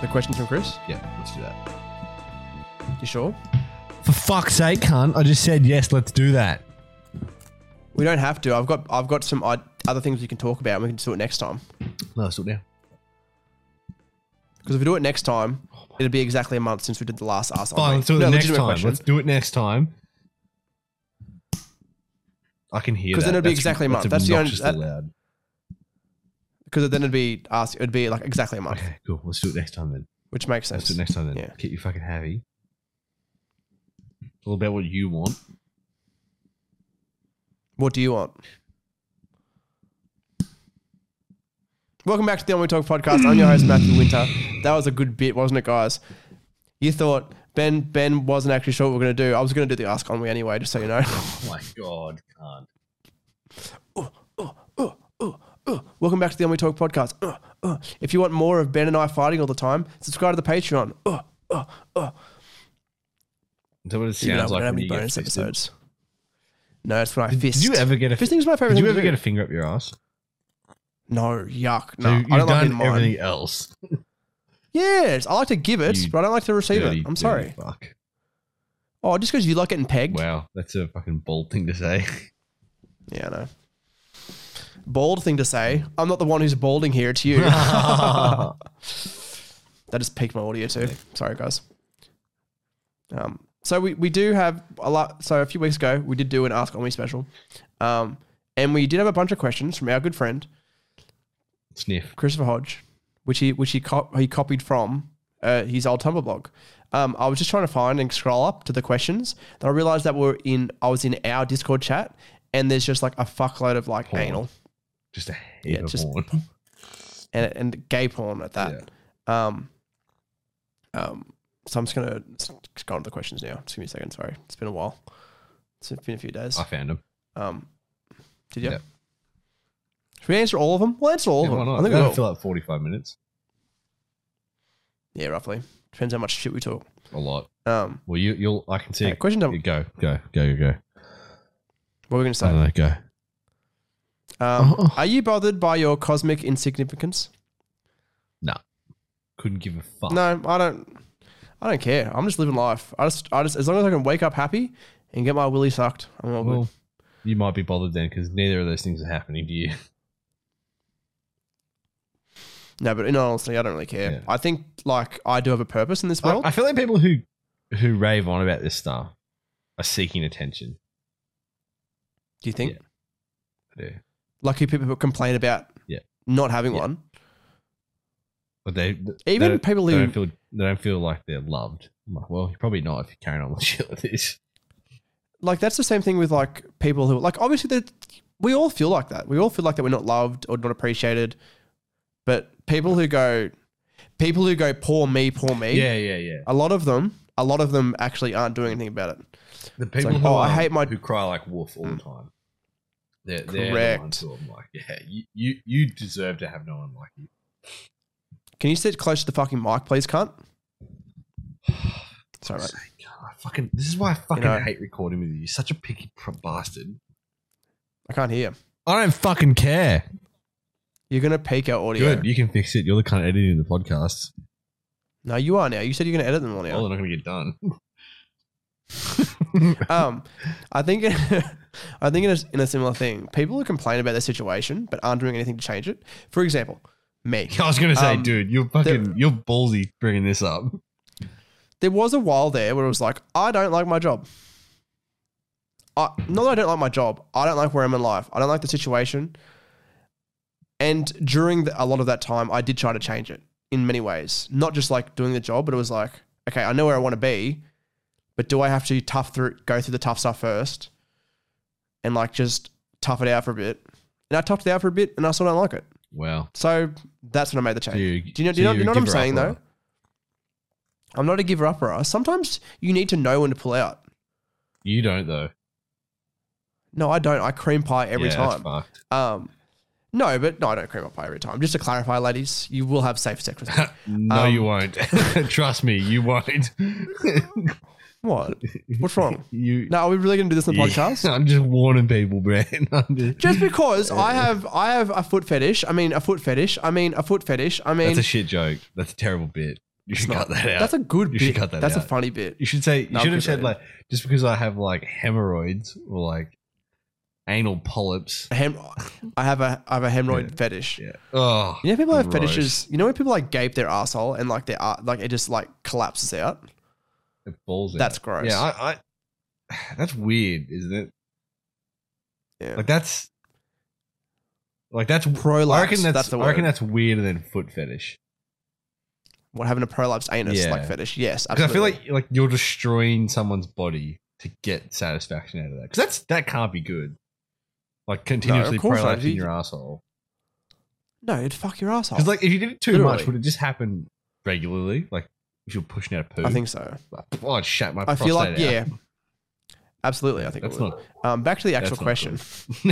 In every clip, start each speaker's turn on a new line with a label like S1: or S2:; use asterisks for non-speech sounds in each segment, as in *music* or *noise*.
S1: The questions from Chris?
S2: Yeah, let's do that.
S1: You sure?
S3: For fuck's sake, cunt. I just said yes, let's do that.
S1: We don't have to. I've got I've got some odd, other things we can talk about and we can do it next time.
S3: No, let's do it now.
S1: Because if we do it next time, it'll be exactly a month since we did the last Ask
S3: Fine,
S1: Online.
S3: let's do it
S1: No,
S3: next
S1: legitimate
S3: time.
S1: question.
S3: Let's do it next time. I can hear that.
S1: 'Cause then it'll be
S3: That's-
S1: exactly a month. That's the only-
S3: obnoxiously
S1: that-
S3: loud.
S1: Because then it'd be asked, it'd be like exactly a month,
S3: Okay, cool. Let's do it next time then.
S1: which makes
S3: Let's
S1: sense.
S3: do it next time then.
S1: Yeah.
S3: Keep you fucking happy. It's all about what you want.
S1: What do you want? Welcome back to the On We Talk podcast. I'm your host Matthew Winter. That was a good bit, wasn't it, guys? You thought Ben Ben wasn't actually sure what we we're going to do. I was going to do the Ask On We anyway, just so you know.
S3: Oh my god, can't.
S1: Uh, Welcome back to the On We Talk podcast. Uh, uh. If you want more of Ben and I fighting all the time, subscribe to the Patreon. Uh, uh, uh.
S3: Is that what it sounds
S1: You know, we
S3: like
S1: don't have
S3: when
S1: any
S3: you get
S1: bonus
S3: fisted?
S1: episodes. No, it's when I fist.
S3: Did you ever get a
S1: Fisting is my favorite
S3: Did you
S1: thing
S3: ever
S1: to do.
S3: get a finger up your ass?
S1: No, yuck.
S3: So
S1: No,
S3: you've
S1: I don't like
S3: done
S1: being mine.
S3: everything else.
S1: Yes, I like to give it,
S3: You
S1: but I don't like to receive it.
S3: Dirty,
S1: I'm
S3: dirty
S1: sorry.
S3: Fuck.
S1: Oh, just because you like getting pegged.
S3: Wow, that's a fucking bold thing to say. *laughs*
S1: Yeah, I know. Bald thing to say. I'm not the one who's balding here. It's you. That just peaked my audio too. Sorry, guys. Um, so we, we do have a lot. So a few weeks ago, we did do an Ask On Me special, um, and we did have a bunch of questions from our good friend
S3: Sniff.
S1: Christopher Hodge, which he which he co- he copied from uh, his old Tumblr blog. Um, I was just trying to find and scroll up to the questions, then I realized that we're in I was in our Discord chat, and there's just like a fuckload of like
S3: Porn.
S1: anal
S3: Just a head
S1: Yeah, *laughs*
S3: of
S1: just-
S3: horn.
S1: and and gay porn at that. Um, um, so I'm just gonna s- just go on to the questions now. Just give me a second. Sorry, it's been a while. It's been a few days.
S3: I found him.
S1: Um, did you?
S3: Ah. Yeah.
S1: Should we answer all of them? We'll answer all
S3: Yeah,
S1: of
S3: why
S1: them.
S3: not?
S1: I think
S3: That'll
S1: we will.
S3: fill up 45 minutes.
S1: yeah, roughly. Depends how much shit we talk.
S3: A lot.
S1: Um,
S3: Well, you, you'll. I can see.
S1: okay, question number.
S3: you go, go, go, go, go.
S1: What are we gonna
S3: I
S1: say?
S3: don't know. Go.
S1: Um,
S3: Oh.
S1: Are you bothered by your cosmic insignificance?
S3: Couldn't give a fuck.
S1: No, I don't. I don't care. I'm just living life. I just, I just, as long as I can wake up happy and get my willy sucked, I'm all good.
S3: Well, you might be bothered then because neither of those things are happening to you.
S1: No, but in all honesty, I don't really care.
S3: Yeah.
S1: I think like I do have a purpose in this
S3: I,
S1: world.
S3: I feel like people who who rave on about this stuff are seeking attention.
S1: do you think?
S3: Yeah. I do.
S1: Like who people complain about
S3: Yeah.
S1: not having
S3: Yeah.
S1: one.
S3: But they even
S1: Even people
S3: they
S1: who
S3: don't feel they don't feel like they're loved. I'm like, well, you're probably not if you're carrying on with shit like this.
S1: like that's the same thing with like people who like obviously that we all feel like that. We all feel like that we're not loved or not appreciated. But people who go people who go poor me, poor me.
S3: Yeah, yeah, yeah.
S1: A lot of them, a lot of them actually aren't doing anything about it.
S3: The
S1: like,
S3: people who,
S1: oh,
S3: are-
S1: I hate my- Mm.
S3: who cry like wolf all the time. They're, they're the
S1: Correct.
S3: ones who I'm like, yeah, you, you, you deserve to have no one like you.
S1: Can you sit close to the fucking mic, please, cunt? *sighs* Sorry, mate.
S3: Say, God, I fucking, this is why I fucking
S1: know-
S3: hate recording with you. You're such a picky pr- bastard.
S1: I can't hear. you.
S3: I don't fucking care.
S1: You're gonna peak our audio.
S3: Good, you can fix it. You're the kind of editing the podcasts.
S1: No, you are now. You said you're gonna edit them all
S3: Well,
S1: now.
S3: they're not going to get done. *laughs*
S1: Um, I think, *laughs* I think in a, in a similar thing, people who complain about their situation but aren't doing anything to change it. For example, me.
S3: I was going to say,
S1: Um,
S3: dude, you're fucking, you're ballsy bringing this up.
S1: There was a while there where it was like, I don't like my job. I, not that I don't like my job. I don't like where I'm in life. I don't like the situation. And during the, a lot of that time, I did try to change it in many ways. Not just like doing the job, but it was like, okay, I know where I want to be, but do I have to tough through, go through the tough stuff first, and like just tough it out for a bit? And I toughed it out for a bit, and I still don't like it.
S3: Wow.
S1: So that's when I made the change.
S3: Do you-
S1: do you know? Do
S3: so
S1: you know,
S3: you're
S1: you know
S3: a
S1: what I'm
S3: giver-upper.
S1: saying though? I'm not a giver upper. Sometimes you need to know when to pull out.
S3: You don't, though.
S1: No, I don't. I cream pie every
S3: Yeah,
S1: time.
S3: that's fucked.
S1: Um, no, but no, I don't cream up pie every time. Just to clarify, ladies, you will have safe sex with
S3: *laughs*
S1: me.
S3: no,
S1: Um,
S3: you won't. *laughs* Trust me, you won't. *laughs*
S1: what? What's wrong?
S3: you.
S1: No, are we really going to do this on the
S3: Yeah.
S1: podcast?
S3: *laughs* I'm just warning people, man. *laughs* I'm just,
S1: Just because
S3: *laughs*
S1: I have I have a foot fetish. I mean a foot fetish. I mean a foot fetish. I mean
S3: that's a shit joke. That's a terrible bit. You should
S1: not-
S3: cut that out.
S1: That's a good
S3: You should
S1: bit.
S3: cut that
S1: That's a
S3: out.
S1: funny bit.
S3: you should say you
S1: No,
S3: should
S1: I'm
S3: have said
S1: kidding.
S3: like just because I have like hemorrhoids or like anal polyps.
S1: Hem- I have a I have a hemorrhoid fetish.
S3: Yeah. Oh.
S1: You know, people have
S3: gross.
S1: fetishes. You know, when people like gape their asshole and like their ar- like it just like collapses out.
S3: It balls out.
S1: That's gross.
S3: Yeah, I, I that's weird, isn't it?
S1: Yeah.
S3: Like that's like that's
S1: Prolapse,
S3: I reckon that's,
S1: that's the
S3: I reckon
S1: word.
S3: that's weirder than foot fetish.
S1: what having a prolapsed anus
S3: Yeah.
S1: like fetish? Yes,
S3: Because I
S1: absolutely.
S3: feel like like you're destroying someone's body to get satisfaction out of that. Because that's that can't be good. Like continuously
S1: course not.
S3: prolapsing
S1: You-
S3: your asshole.
S1: no, it'd fuck your asshole.
S3: Because like if you did it too
S1: Literally.
S3: much, would it just happen regularly? Like if you're pushing out a poo,
S1: I think so.
S3: oh, I'd shat my.
S1: I feel like
S3: prostate out.
S1: yeah, absolutely. I think
S3: that's
S1: it would.
S3: not
S1: Um, back to the actual
S3: that's not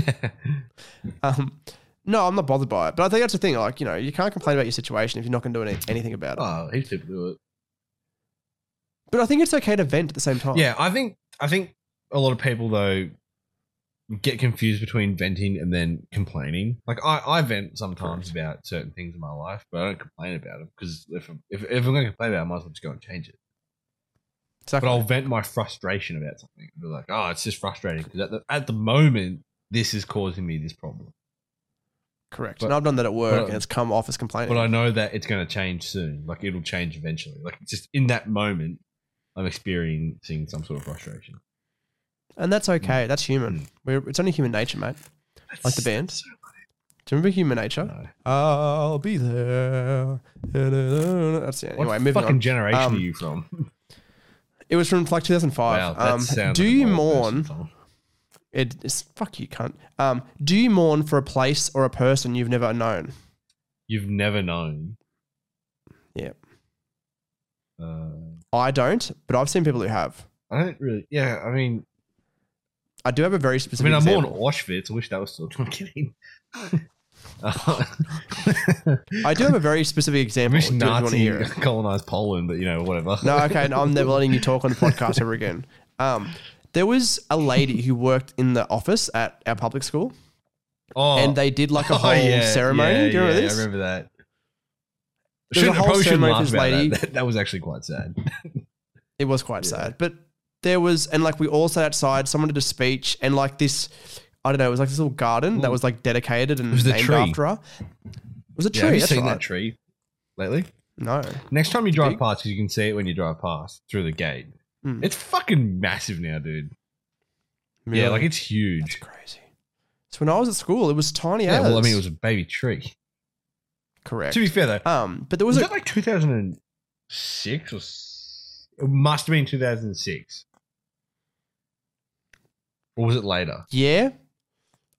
S1: question.
S3: good.
S1: *laughs* Um, no, I'm not bothered by it, but I think that's the thing. Like you know, you can't complain about your situation if you're not going to do any- anything about it.
S3: *laughs* oh, heaps of people do it.
S1: But I think it's okay to vent at the same time.
S3: Yeah, I think I think a lot of people though get confused between venting and then complaining. Like I, I vent sometimes about certain things in my life, but I don't complain about them because if, I'm- if if I'm going to complain about, it, I might as well just go and change it. But
S1: exactly.
S3: I'll vent my frustration about something. I'll be like, oh, it's just frustrating because at the, at the moment this is causing me this problem,
S1: correct.
S3: but-
S1: and I've done that at work,
S3: but-
S1: and it's come off as complaining.
S3: but I know that it's going to change soon. Like it'll change eventually. Like it's just in that moment, I'm experiencing some sort of frustration.
S1: and that's okay. That's human.
S3: Mm.
S1: We're, it's only human nature, mate. Like the band. Do you remember Human Nature?
S3: No.
S1: I'll be there. That's it. Anyway,
S3: what
S1: moving
S3: fucking
S1: on.
S3: generation
S1: Um,
S3: are you from?
S1: It was from like 2005.
S3: that
S1: um,
S3: sounds
S1: do
S3: like a
S1: you
S3: wild
S1: mourn?
S3: person, Tom.
S1: It, it's fuck you, cunt. Um, do you mourn for a place or a person you've never known?
S3: You've never known.
S1: Yeah.
S3: Uh,
S1: I don't, but I've seen people who have.
S3: I don't really. Yeah, I mean,
S1: I do have a very
S3: I
S1: specific.
S3: mean, I mourn
S1: example.
S3: Auschwitz. I wish that was still. *laughs* I'm kidding.
S1: *laughs* Oh, I
S3: I
S1: do have a very
S3: *laughs*
S1: specific
S3: I
S1: example.
S3: wish
S1: Do you want to
S3: Nazi
S1: hear it?
S3: *laughs* colonized Poland, but you know, whatever.
S1: No, okay. No, I'm never letting you talk on the podcast ever again. Um, there was a lady who worked in the office at our public school,
S3: *laughs* oh,
S1: and they did like a
S3: *laughs* oh,
S1: whole
S3: yeah,
S1: ceremony.
S3: Yeah,
S1: do you remember
S3: yeah,
S1: this?
S3: I remember that.
S1: There's a
S3: Shouldn't, I
S1: whole
S3: probably shouldn't
S1: ceremony for
S3: laugh
S1: this
S3: about
S1: lady.
S3: that. that. That was actually quite sad.
S1: It was quite
S3: Yeah.
S1: sad. But there was, and like we all sat outside, someone did a speech, and like this, I don't know, it was like this little garden that was like dedicated and
S3: was the
S1: named
S3: tree.
S1: after her. It was a tree.
S3: yeah, have you
S1: that's
S3: seen
S1: right.
S3: that tree lately?
S1: No.
S3: Next time you drive
S1: big.
S3: past, 'cause you can see it when you drive past through the gate.
S1: Mm.
S3: It's fucking massive now, dude. Yeah, like it's
S1: That's
S3: huge.
S1: crazy. So when I was at school, it was tiny
S3: Yeah,
S1: as.
S3: well, I mean, it was a baby tree.
S1: correct.
S3: To be fair, though,
S1: Um, but there
S3: was
S1: was a
S3: that like 2006 or s- it must have been 2006, or was it later?
S1: yeah.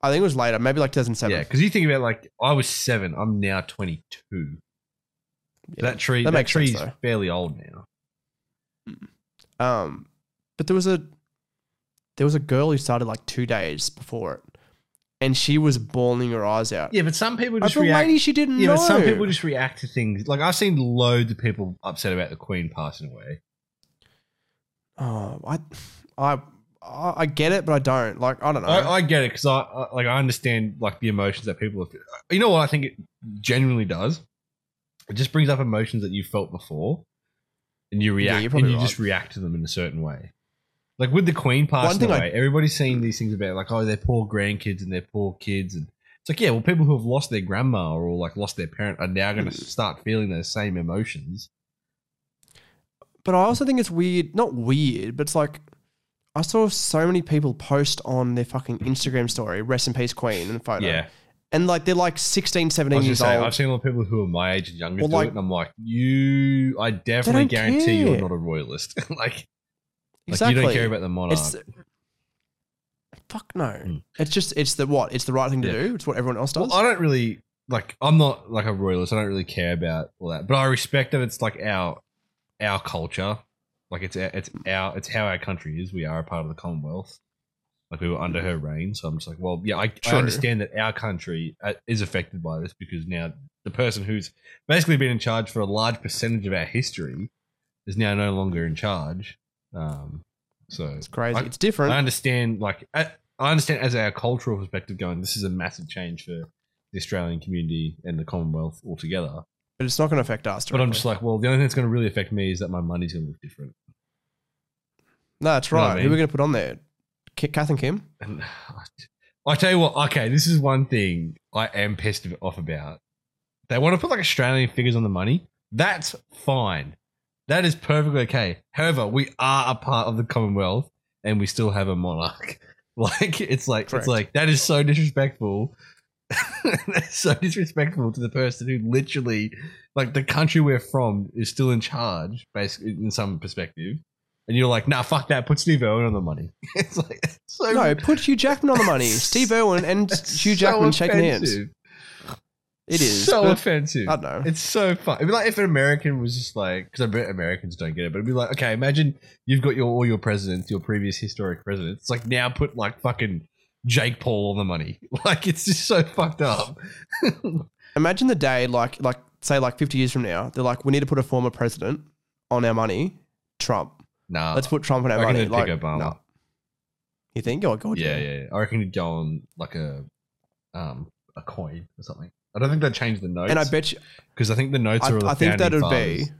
S1: I think it was later, maybe like 2007.
S3: Yeah, because you think about like I was seven, I'm now 22.
S1: Yeah.
S3: That tree,
S1: That
S3: that,
S1: makes sense,
S3: tree's
S1: though.
S3: fairly old now.
S1: Um, but there was a there was a girl who started like two days before it, and she was bawling her eyes out.
S3: Yeah, but some people
S1: I
S3: just
S1: feel
S3: react.
S1: lady she didn't
S3: Yeah,
S1: know.
S3: but some people just react to things. Like I've seen loads of people upset about the Queen passing away.
S1: Oh, I, I, I I get it, but I don't. Like, I don't know.
S3: I, I get it because I, I like I understand like the emotions that people. Have, you know what I think it genuinely does. It just brings up emotions that you felt before, and you
S1: Yeah,
S3: react.
S1: you're
S3: and
S1: probably
S3: you just react to them in a certain way. Like with the Queen passing
S1: thing I-
S3: away, everybody's seeing these things about like oh they're poor grandkids and they're poor kids, and it's like yeah, well people who have lost their grandma or like lost their parent are now
S1: Hmm.
S3: going to start feeling those same emotions.
S1: but I also think it's weird. Not weird, but it's like I saw so many people post on their fucking Instagram story, "Rest in peace, Queen," and a photo. And like they're like 16,
S3: I
S1: 17
S3: was gonna
S1: years
S3: say,
S1: old.
S3: I've seen a lot of people who are my age and younger
S1: Well,
S3: do
S1: like-
S3: it, and I'm like, you, I definitely
S1: don't
S3: guarantee you're
S1: care.
S3: not a royalist. *laughs* like,
S1: exactly.
S3: like, you don't care about the monarch.
S1: It's fuck no.
S3: Mm.
S1: It's just it's the what? It's the right thing to
S3: Yeah.
S1: do. It's what everyone else does.
S3: well, I don't really like. I'm not like a royalist. I don't really care about all that, but I respect that it's like our our culture. Like it's our, it's our it's how our country is. We are a part of the Commonwealth. Like we were under her reign, so I'm just like, well, yeah, I, I
S1: True.
S3: understand that our country uh, is affected by this because now the person who's basically been in charge for a large percentage of our history is now no longer in charge. Um, so
S1: it's crazy.
S3: I-
S1: it's different.
S3: I understand, like, I, I understand as our cultural perspective going, this is a massive change for the Australian community and the Commonwealth altogether.
S1: but it's not going to affect us.
S3: But I'm
S1: directly.
S3: just like, well, the only thing that's going to really affect me is that my money's going to look different.
S1: no, that's
S3: You know what
S1: right.
S3: I
S1: Who are we
S3: mean?
S1: going to put on there? Ki Kath and Kim.
S3: And *laughs* I tell you what, okay, this is one thing I am pissed off about. They want to put like Australian figures on the money. That's fine. That is perfectly okay. However, we are a part of the Commonwealth and we still have a monarch. *laughs* Like it's like
S1: Correct.
S3: it's like that is so disrespectful. *laughs* That's so disrespectful to the person who literally like the country we're from is still in charge, basically in some perspective. And you're like, nah, fuck that, put Steve Irwin on the money. *laughs* it's like it's so
S1: No, put Hugh Jackman on the
S3: *laughs*
S1: money. Steve Irwin and
S3: That's
S1: Hugh
S3: so
S1: Jackman shaking hands.
S3: offensive.
S1: It is.
S3: so
S1: but
S3: offensive.
S1: I don't know.
S3: It's so fun. It'd be like if an American was just like, because I bet Americans don't get it, but it'd be like, okay, imagine you've got your all your presidents, your previous historic presidents. It's like now put like fucking Jake Paul on the money. *laughs* Like it's just so fucked up. *laughs*
S1: Imagine the day, like, like say, like 50 years from now, they're like, we need to put a former president on our money. Trump.
S3: nah,
S1: Let's put Trump on
S3: Uh, I
S1: our
S3: reckon
S1: money.
S3: they'd
S1: Like,
S3: pick Obama.
S1: no. You think? Oh god,
S3: yeah, yeah, yeah. I reckon you'd go on like a um a coin or something. I don't think they'd change the notes.
S1: And I bet you,
S3: because I think the notes
S1: I,
S3: are. all the
S1: I think
S3: founding
S1: that'd
S3: fathers,
S1: be,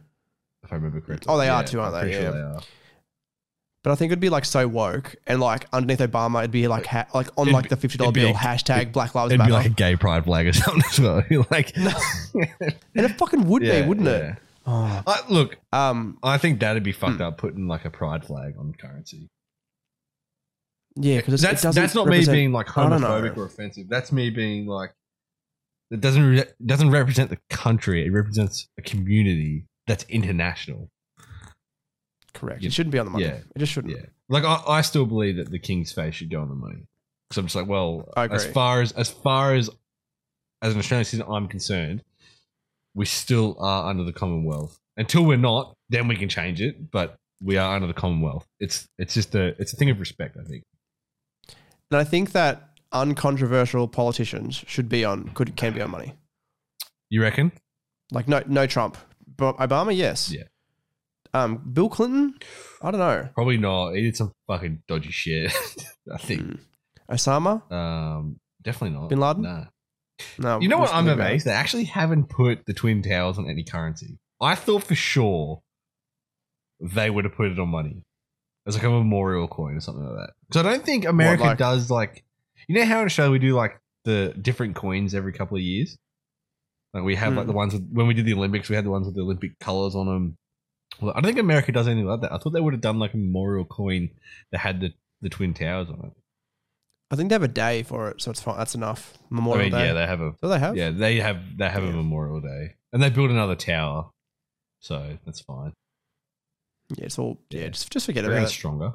S3: If I remember correctly.
S1: Oh, they are too, aren't
S3: I'm
S1: they?
S3: pretty sure
S1: Yeah.
S3: they are.
S1: but I think it'd be like so woke, and like underneath Obama, it'd be like, ha- like on
S3: It'd
S1: like
S3: be-
S1: the fifty dollar
S3: it'd be
S1: bill,
S3: a-
S1: hashtag Black Lives
S3: It'd
S1: Matter,
S3: be like a gay pride flag or *laughs* something as well. You're like, *laughs*
S1: No. and it fucking would be, wouldn't it? Oh.
S3: I, look,
S1: Um,
S3: I think that'd be fucked
S1: Hmm.
S3: up putting like a pride flag on currency.
S1: yeah, because
S3: That's
S1: it doesn't
S3: that's not
S1: represent-
S3: me being like
S1: I don't know.
S3: homophobic or offensive. That's me being like, it doesn't re- it doesn't represent the country. It represents a community that's international.
S1: correct.
S3: Yeah.
S1: It shouldn't be on the money.
S3: Yeah.
S1: It just shouldn't.
S3: Yeah, like I, I still believe that the king's face should go on the money. Because I'm just like, well,
S1: I
S3: as
S1: agree.
S3: far as as far as as an Australian citizen, I'm concerned, we still are under the Commonwealth. Until we're not, then we can change it. But we are under the Commonwealth. It's it's just a it's a thing of respect, I think.
S1: And I think that uncontroversial politicians should be on could can be on money.
S3: You reckon?
S1: Like no no Trump, but Obama yes.
S3: Yeah.
S1: Um, Bill Clinton, I don't know.
S3: Probably not. He did some fucking dodgy shit. *laughs* I think.
S1: Osama,
S3: Um, definitely not.
S1: Bin Laden?
S3: Nah.
S1: no.
S3: You know what
S1: we
S3: I'm
S1: should think
S3: amazed? They actually haven't put the Twin Towers on any currency. I thought for sure they would have put it on money as like a memorial coin or something like that. So I don't think America
S1: like-
S3: does like you know how in Australia we do like the different coins every couple of years. Like we have like
S1: Hmm.
S3: the ones with, when we did the Olympics, we had the ones with the Olympic colors on them. Well, I don't think America does anything like that. I thought they would have done like a memorial coin that had the, the Twin Towers on it.
S1: I think they have a day for it, so it's fine. That's enough. Memorial
S3: I mean,
S1: Day.
S3: yeah, they have a
S1: Do they have?
S3: Yeah, they have they have a
S1: Yeah.
S3: Memorial Day, and they built another tower, so that's fine.
S1: Yeah, it's all. Yeah,
S3: Yeah.
S1: just just forget
S3: They're
S1: about
S3: getting
S1: it.
S3: stronger.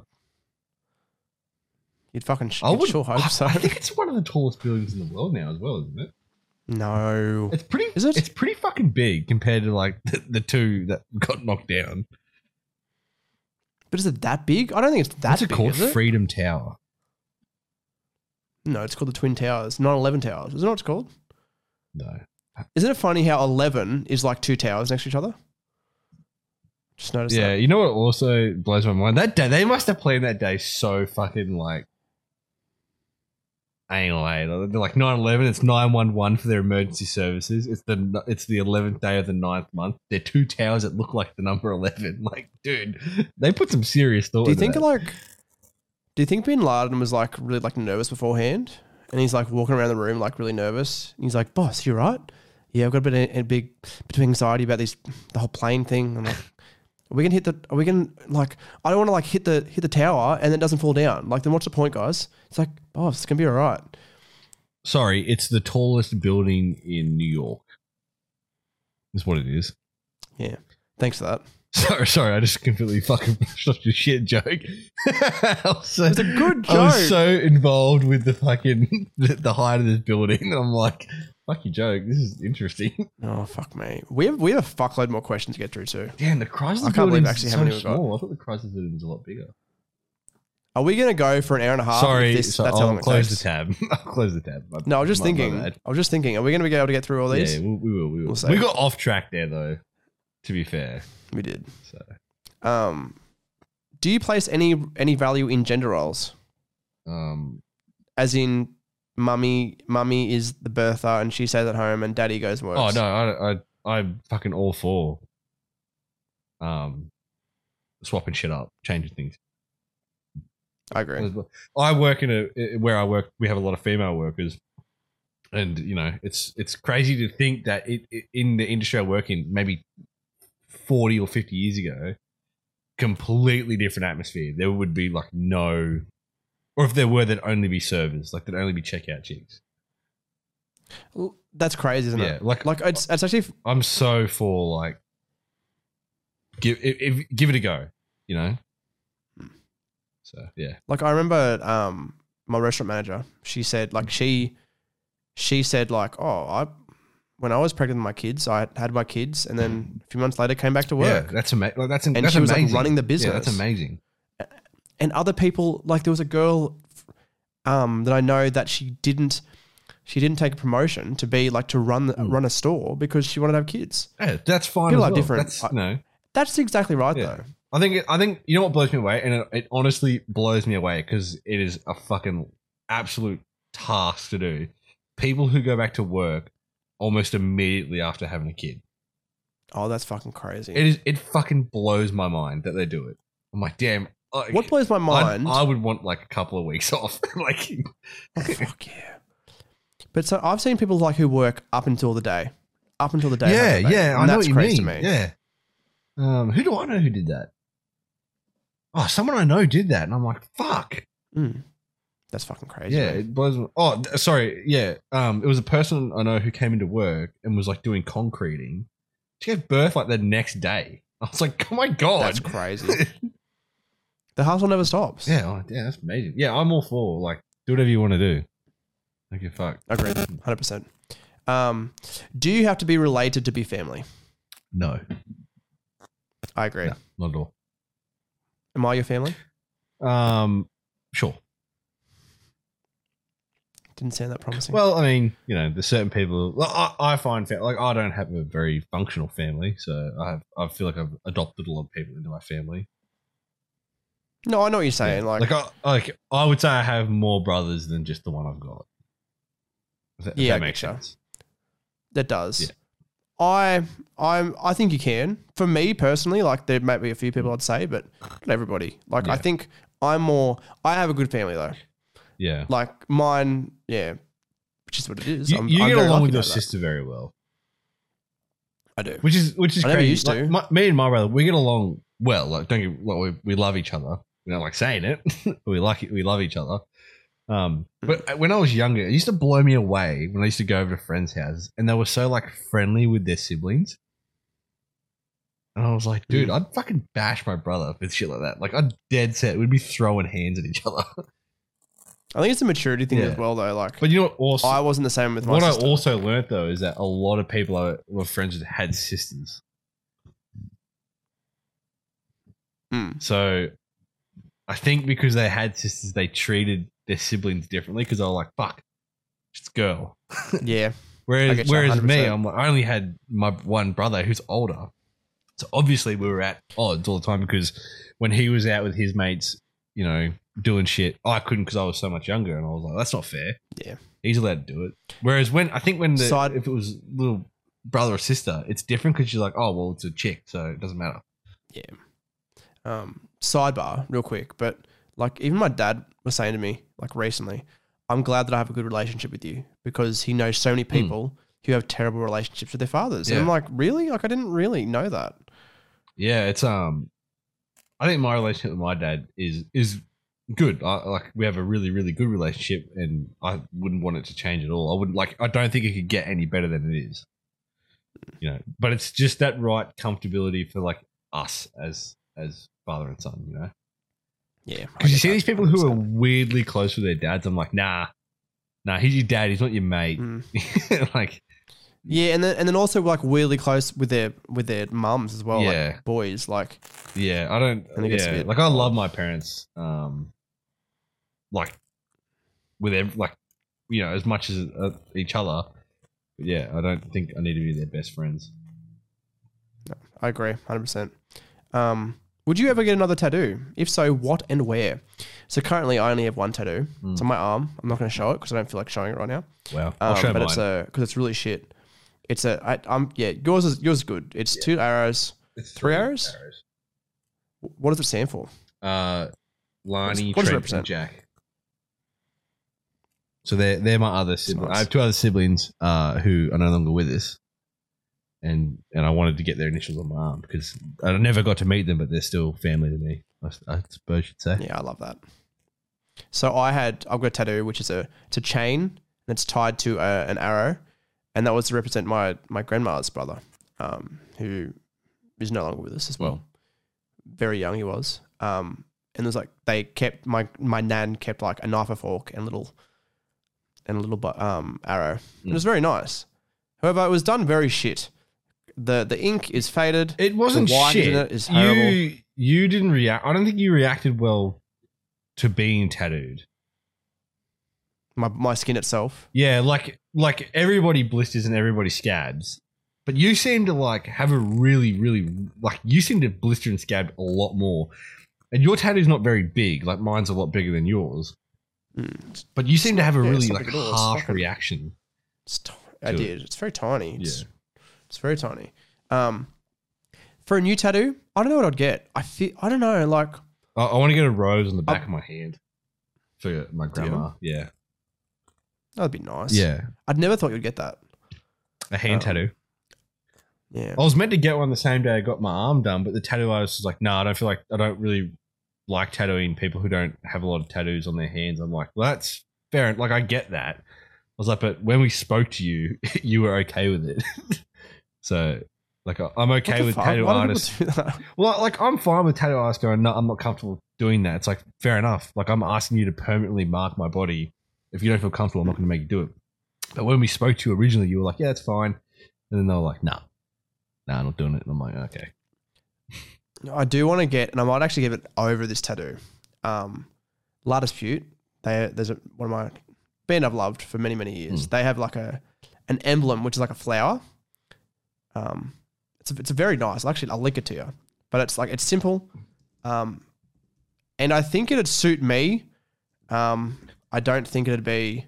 S1: You'd fucking. Sh-
S3: I
S1: you'd
S3: would
S1: sure hope
S3: I,
S1: so.
S3: I think it's one of the tallest buildings in the world now, as well, isn't it?
S1: *laughs* no.
S3: It's pretty.
S1: Is it?
S3: It's pretty fucking big compared to like *laughs* the, the two that got knocked down.
S1: But is it that big? I don't think it's that
S3: That's What's it
S1: big.
S3: called?
S1: is it?
S3: Freedom Tower.
S1: No, it's called the Twin Towers, 9-11 Towers. Isn't that what it's called?
S3: No,
S1: Isn't it funny how eleven is like two towers next to each other? Just noticed
S3: Yeah,
S1: that.
S3: you know what also blows my mind? That day they must have planned that day so fucking like anyway. They're like 9-11, it's 911 for their emergency services. It's the it's the eleventh day of the ninth month. They're two towers that look like the number eleven. *laughs* Like, dude, they put some serious thought.
S1: Do you
S3: into
S1: think
S3: that.
S1: like? Do you think Bin Laden was like really like nervous beforehand, and he's like walking around the room like really nervous, and he's like, "Boss, you right? Yeah, I've got a bit a big bit of anxiety about these the whole plane thing. I'm like, are we gonna hit the? Are we gonna like? I don't want to like hit the hit the tower and then it doesn't fall down. Like then what's the point, guys? It's like, boss, it's gonna be all right.
S3: sorry, it's the tallest building in New York. Is what it is.
S1: Thanks for that.
S3: *laughs* Sorry, sorry, I just completely fucking *laughs* pushed off your shit joke. *laughs* I was so-
S1: It's a good
S3: I was
S1: joke.
S3: so involved with the fucking *laughs* the, the height of this building. I'm like, fuck your joke. This is interesting. *laughs*
S1: Oh fuck me, we have we have a fuckload more questions to get through too.
S3: Damn, the
S1: I
S3: Chrysler
S1: can't believe
S3: Building's
S1: actually how
S3: so
S1: many we've got.
S3: small. I thought the Chrysler building was a lot bigger.
S1: Are we gonna go for an hour and a half?
S3: sorry,
S1: if Ah, this-
S3: so
S1: how
S3: I'll
S1: long it
S3: close the
S1: takes?
S3: tab. *laughs* I'll close the tab. My-
S1: No, I was just
S3: my- my
S1: thinking.
S3: bad.
S1: I was just thinking. Are we going to be able to get through all these?
S3: Yeah, we, we will. We will.
S1: We'll save
S3: we
S1: it.
S3: got off track there though. To be fair,
S1: We did.
S3: so
S1: Um, do you place any any value in gender roles?
S3: um,
S1: As in, mummy mummy is the birther and she stays at home, and daddy goes and works.
S3: oh no, I, I I'm fucking all for um swapping shit up, changing things.
S1: I agree.
S3: I work in a where I work. We have a lot of female workers, and you know it's it's crazy to think that it, it in the industry I work in maybe forty or fifty years ago, completely different atmosphere. There would be like no, or if there were, there'd only be servers. Like there'd only be checkout chicks.
S1: L- That's crazy, isn't
S3: Yeah,
S1: it?
S3: like
S1: Like it's it's actually
S3: I'm so for like give if, if, give it a go, you know. So yeah,
S1: like I remember um my restaurant manager, she said like she she said like, Oh, I when I was pregnant with my kids, I had my kids and then a few months later came back to work.
S3: yeah, that's amazing. Like, that's and
S1: she was, like, running the
S3: that's
S1: business.
S3: amazing.
S1: and other people like there was a girl um, that I know that she didn't she didn't take a promotion to be like to run
S3: Mm.
S1: run a store because she wanted to have kids.
S3: Yeah, that's fine.
S1: People
S3: as
S1: are
S3: well.
S1: different.
S3: That's, no,
S1: That's exactly right
S3: Yeah.
S1: though.
S3: I think it, I think you know what blows me away, and it, it honestly blows me away because it is a fucking absolute task to do. People who go back to work almost immediately after having a kid.
S1: Oh, that's fucking crazy.
S3: It is it fucking blows my mind that they do it. I'm like, damn. Like,
S1: what blows my
S3: I'd-
S1: mind? *laughs*
S3: I, would want like a couple of weeks *laughs* off. like,
S1: Oh, fuck yeah. But so I've seen people like who work up until the day, up until the day. of the baby, and that's crazy To me.
S3: Yeah. Um, who do I know who did that? Oh, someone I know did that, and I'm like, fuck.
S1: Mm. That's fucking crazy.
S3: Yeah,
S1: man.
S3: it blows. My- oh, th- sorry. Yeah, um, it was a person I know who came into work and was like doing concreting. She gave birth like the next day. I was like, oh my god.
S1: that's
S3: *laughs*
S1: crazy. the hustle never stops.
S3: yeah, oh, yeah, that's amazing. Yeah, I'm all for like do whatever you want to do. Like you fuck.
S1: agreed, hundred percent. Um, do you have to be related to be family?
S3: No,
S1: I agree.
S3: No. not at all.
S1: Am I your family?
S3: Um, sure.
S1: Didn't sound that promising.
S3: Well, I mean, you know, there's certain people. Well, I, I find fa- like I don't have a very functional family, so I have, I feel like I've adopted a lot of people into my family.
S1: no, I know what you're saying.
S3: Yeah.
S1: Like,
S3: like, I, like I would say I have more brothers than just the one I've got. If that, if
S1: Yeah,
S3: that
S1: I
S3: makes
S1: getcha.
S3: sense.
S1: that does.
S3: Yeah.
S1: I, I'm, I think you can. For me personally, like there might be a few people I'd say, but not everybody. Like I
S3: Yeah.
S1: think I'm more. I have a good family though.
S3: Yeah,
S1: Like mine, yeah, which is what it is.
S3: you,
S1: I'm,
S3: you
S1: I'm
S3: get
S1: very
S3: along
S1: lucky
S3: with your
S1: about that.
S3: sister very well,
S1: I do.
S3: which is which is
S1: I never
S3: crazy.
S1: used to.
S3: Like, my, me and my brother, we get along well. Like, don't get like, we we love each other. We don't like saying it, *laughs* but we like it. We love each other. Um,
S1: Mm.
S3: but when I was younger, it used to blow me away when I used to go over to friends' houses, and they were so like friendly with their siblings. And I was like,
S1: Mm.
S3: dude, I'd fucking bash my brother with shit like that. Like, I'd dead set. We'd be throwing hands at each other. *laughs*
S1: I think it's a maturity thing
S3: Yeah.
S1: as well, though. Like
S3: But you know what? Also,
S1: I wasn't the same with my
S3: what I
S1: sister.
S3: also learned though is that a lot of people I were friends with had sisters.
S1: Mm.
S3: So I think because they had sisters, they treated their siblings differently because they were like, fuck, it's a girl.
S1: *laughs* yeah,
S3: Whereas,
S1: get you,
S3: whereas me,
S1: 100%.
S3: I'm like, I only had my one brother who's older. So obviously we were at odds all the time because when he was out with his mates, you know, doing shit, I couldn't because I was so much younger, and I was like, that's not fair.
S1: Yeah.
S3: he's allowed to do it. Whereas when I think when the
S1: Side-
S3: if it was little brother or sister, it's different because you're like, oh well, it's a chick, so it doesn't matter.
S1: um, sidebar real quick, but like even my dad was saying to me like recently, I'm glad that I have a good relationship with you because he knows so many people who have terrible relationships with their fathers. And I'm
S3: Hmm. Yeah.
S1: like, really? Like I didn't really know that.
S3: Yeah, it's um, I think my relationship with my dad is is good. I, like we have a really really good relationship, and I wouldn't want it to change at all. I wouldn't like. I don't think it could get any better than it is. You know, but it's just that right comfortability for like us as as father and son. You know,
S1: Yeah, I
S3: because you
S1: get
S3: see
S1: that,
S3: these people who are
S1: 100%.
S3: weirdly close with their dads. I'm like, nah, nah. He's your dad. He's not your mate.
S1: Mm.
S3: *laughs* like,
S1: yeah, and then and then also like weirdly close with their with their mums as well.
S3: Yeah.
S1: like boys. Like
S3: Yeah, I don't.
S1: I think it's a
S3: yeah,
S1: bit
S3: like I love my parents. Um, like with ev- like you know as much as uh, each other. But yeah, I don't think I need to be their best friends.
S1: I agree, hundred percent. Um, would you ever get another tattoo? If so, what and where? So currently, I only have one tattoo.
S3: Hmm.
S1: It's on my arm. I'm not going to show it because I don't feel like showing it right now.
S3: Wow, I'll
S1: Um,
S3: show
S1: but
S3: mine.
S1: it's a because it's really shit. It's a I, I'm yeah. Yours is yours is good. It's
S3: Yeah.
S1: two arrows.
S3: It's
S1: uh, Three arrows? What does it stand for?
S3: Uh, Lani,
S1: What does it
S3: Trent,
S1: represent?
S3: and Jack. So they're they're my other siblings.
S1: nice.
S3: I have two other siblings uh, who are no longer with us, and and I wanted to get their initials on my arm because I never got to meet them, but they're still family to me. I, s- I suppose you'd say.
S1: Yeah, I love that. So I had I've got a tattoo which is a it's a chain and it's tied to a, an arrow, and that was to represent my my grandma's brother, um, who is no longer with us as well. Very young he was. Um, and there's like they kept my my nan kept like a knife, a fork, and little and a little bu- um arrow. It
S3: Mm.
S1: was very nice. However, it was done very shit. the The ink is faded.
S3: It wasn't
S1: The wine
S3: shit.
S1: in it is terrible.
S3: You you didn't react. I don't think you reacted well to being tattooed.
S1: my my skin itself.
S3: Yeah, like like everybody blisters and everybody scabs. But you seem to like have a really, really like you seem to blister and scab a lot more. And your tattoo's not very big, like mine's a lot bigger than yours.
S1: Mm.
S3: But you seem to have a
S1: Yeah, it's
S3: really
S1: not
S3: like
S1: big at all. It's
S3: harsh
S1: fucking-
S3: reaction.
S1: It's t- I
S3: to it.
S1: did. It's very tiny. It's, it's very tiny. Um, for a new tattoo, I don't know what I'd get. I feel I don't know. Like
S3: I, I want to get a rose on the back of my hand for my grandma. Yeah,
S1: that'd be nice.
S3: yeah,
S1: I'd never thought you'd get that.
S3: a hand
S1: Um,
S3: tattoo.
S1: Yeah.
S3: I was meant to get one the same day I got my arm done, but the tattoo artist was like, "No, I don't feel like I don't really like tattooing people who don't have a lot of tattoos on their hands." I'm like, "Well, that's fair. Like, I get that." I was like, "But when we spoke to you, *laughs* you were okay with it." *laughs* so, like, I- I'm
S1: What
S3: okay
S1: the
S3: with
S1: fuck?
S3: tattoo
S1: Why do people
S3: artists.
S1: do that? *laughs*
S3: Well, like I'm fine with tattoo artists going, no, I'm not comfortable doing that. It's like fair enough. Like I'm asking you to permanently mark my body. If you don't feel comfortable, I'm not going to make you do it. But when we spoke to you originally, you were like, yeah, that's fine. And then they were like, nah, nah, I'm not doing it. And I'm like, okay,
S1: I do want to get, and I might actually give it over this tattoo. Um, La Dispute. They there's a, one of my band I've loved for many many years. They have like a an emblem which is like a flower. Um, it's a, it's a very nice. Actually, I'll link it to you. But it's like it's simple, um, and I think it'd suit me. Um, I don't think it'd be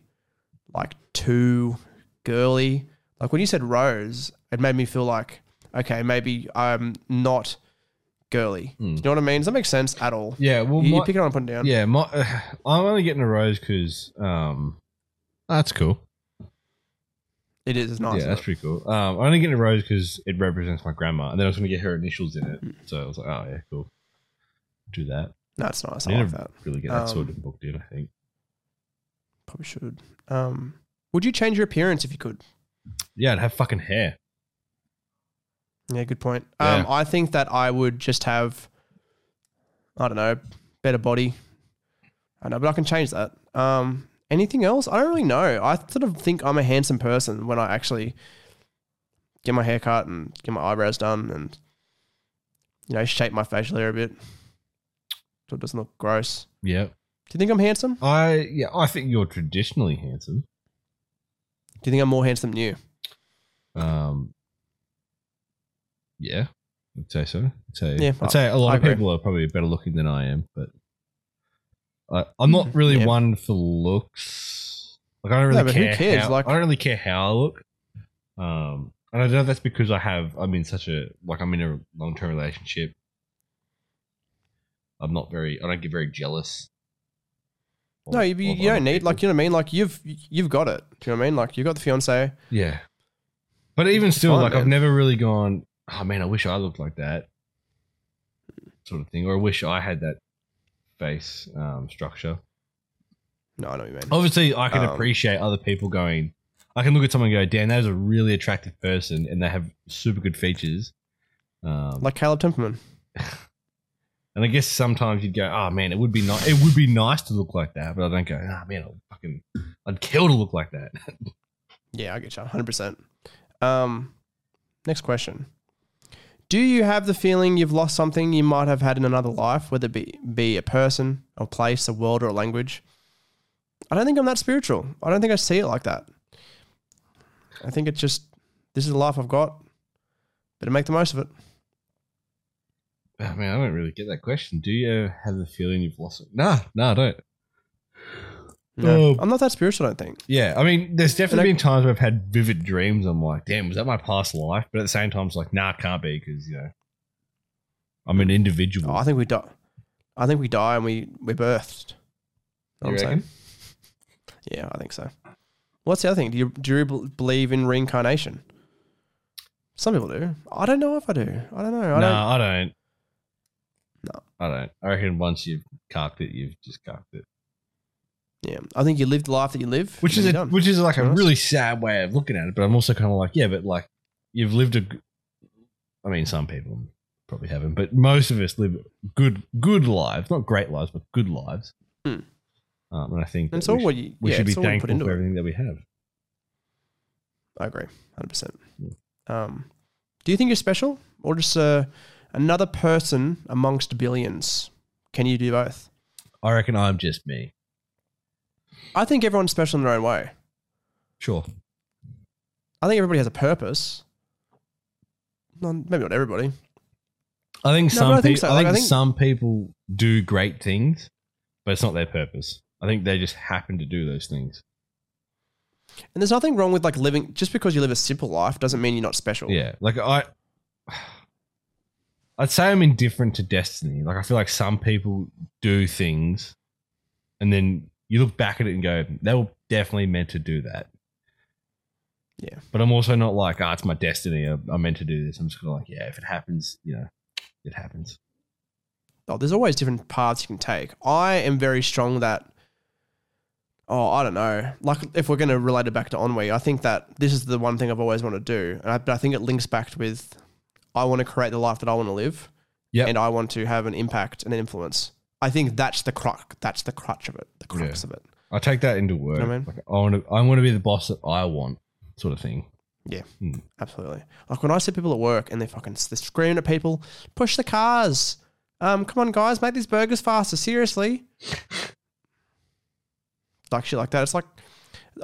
S1: like too girly. Like when you said rose, it made me feel like okay, maybe I'm not girly. Do you know what I mean? Does that make sense at all?
S3: yeah. Well,
S1: you, you
S3: my-
S1: pick it up and put it down.
S3: yeah, my, *sighs* I'm only getting a rose because um, that's cool.
S1: It is. It's nice.
S3: yeah, that's
S1: isn't
S3: pretty cool. Um, I only get a rose because it represents my grandma, and then I was going to get her initials in it. So I was like, oh yeah, cool. Do that.
S1: it? No, it's nice.
S3: Yeah.
S1: I like that.
S3: Really get that
S1: Um,
S3: sort of booked in. I think.
S1: Probably should. Um, would you change your appearance if you could?
S3: Yeah, I'd have fucking hair.
S1: Yeah, good point.
S3: Yeah.
S1: Um, I think that I would just have, I don't know, better body. I know, but I can change that. Um, anything else? I don't really know. I sort of think I'm a handsome person when I actually get my hair cut and get my eyebrows done and, you know, shape my facial hair a bit so it doesn't look gross.
S3: Yeah.
S1: Do you think I'm handsome?
S3: I yeah, I think you're traditionally handsome.
S1: Do you think I'm more handsome than you?
S3: Um Yeah. I'd say so. I'd say,
S1: Yeah,
S3: I'd say a lot
S1: I
S3: of
S1: agree.
S3: people are probably better looking than I am, but I, I'm not really
S1: Mm-hmm. Yeah.
S3: one for looks. Like I don't
S1: No,
S3: really
S1: but who
S3: care.
S1: cares?
S3: How,
S1: Like-
S3: I don't really care how I look. Um and I don't know if that's because I have I'm in such a like I'm in a long term relationship. I'm not very I don't get very jealous.
S1: No,
S3: of-
S1: you, you,
S3: of
S1: you don't
S3: other
S1: need
S3: people.
S1: like you know what I mean. Like you've you've got it. Do you know what I mean? Like you've got the fiance.
S3: Yeah. But even still,
S1: fine,
S3: like I've
S1: man.
S3: never really gone, oh man, I wish I looked like that sort of thing. Or I wish I had that face um, structure.
S1: No, I know what you mean.
S3: Obviously, I can
S1: Um,
S3: appreciate other people going, I can look at someone and go, damn, that is a really attractive person and they have super good features. Um,
S1: Like Caleb Temperman.
S3: and I guess sometimes you'd go, oh man, it would be nice. It would be nice to look like that, but I don't go, oh man, I'll fucking, I'd kill to look like that. *laughs*
S1: Yeah, I get you. Hundred percent. Um, next question. Do you have the feeling you've lost something you might have had in another life, whether it be, be a person, a place, a world, or a language? I don't think I'm that spiritual. I don't think I see it like that. I think it's just this is the life I've got. Better make the most of it.
S3: I mean, I don't really get that question. Do you have the feeling you've lost it? Nah, no, I don't.
S1: No.
S3: Oh.
S1: I'm not that spiritual, I don't think.
S3: Yeah, I mean, there's definitely
S1: And
S3: been times where I've had vivid dreams. I'm like, damn, was that my past life? But at the same time, it's like, nah, it can't be because you know, I'm an individual.
S1: Oh, I think we die. I think we die and we we birthed. Know what
S3: You
S1: I'm saying?
S3: reckon?
S1: Yeah, I think so. What's the other thing? Do you do you bel- believe in reincarnation? Some people do. I don't know if I do. I don't know. I
S3: no,
S1: don't.
S3: I don't.
S1: No.
S3: I don't. I reckon once you've cucked it, you've just cucked it,
S1: Yeah, I think you live the life that you live,
S3: which
S1: and
S3: is
S1: you're
S3: a,
S1: done.
S3: which is like
S1: To be
S3: a
S1: honest.
S3: really sad way of looking at it. But I'm also kind of like, yeah, but like you've lived a. g- I mean, some people probably haven't, but most of us live good good lives, not great lives, but good lives.
S1: Hmm.
S3: Um, and I think
S1: and it's
S3: that
S1: all
S3: we
S1: what
S3: should-
S1: you.
S3: we
S1: yeah,
S3: should be
S1: it's all what you put
S3: thankful
S1: into
S3: for
S1: it.
S3: everything that we have.
S1: I agree, hundred percent. Um, do you think you're special, or just uh, another person amongst billions? Can you do both?
S3: I reckon I'm just me.
S1: I think everyone's special in their own way.
S3: Sure.
S1: I think everybody has a purpose. No, maybe not everybody.
S3: I think
S1: No,
S3: some
S1: but I think so.
S3: people. I, think
S1: Like, I think-
S3: some people do great things, but it's not their purpose. I think they just happen to do those things.
S1: And there's nothing wrong with like living just because you live a simple life doesn't mean you're not special.
S3: Yeah. Like I, *sighs* I'd say I'm indifferent to destiny. Like I feel like some people do things, and then you look back at it and go, "They were definitely meant to do that."
S1: Yeah.
S3: But I'm also not like, "Ah, it's my destiny. I'm, I'm meant to do this." I'm just kind of like, "Yeah, if it happens, you know, it happens."
S1: Oh, there's always different paths you can take. I am very strong that. Oh, I don't know. Like, if we're going to relate it back to Ennui, I think that this is the one thing I've always wanted to do. And I, but I think it links back with I want to create the life that I want to live.
S3: Yep.
S1: And I want to have an impact and an influence. I think that's the crux. That's the crutch of it. The crux of it.
S3: I take that into work.
S1: I mean?
S3: Like, I want to. I want to be the boss that I want, sort of thing.
S1: Absolutely. Like when I see people at work and they fucking they're screaming at people, push the cars. Um, come on, guys, make these burgers faster. Seriously. like shit like that. It's like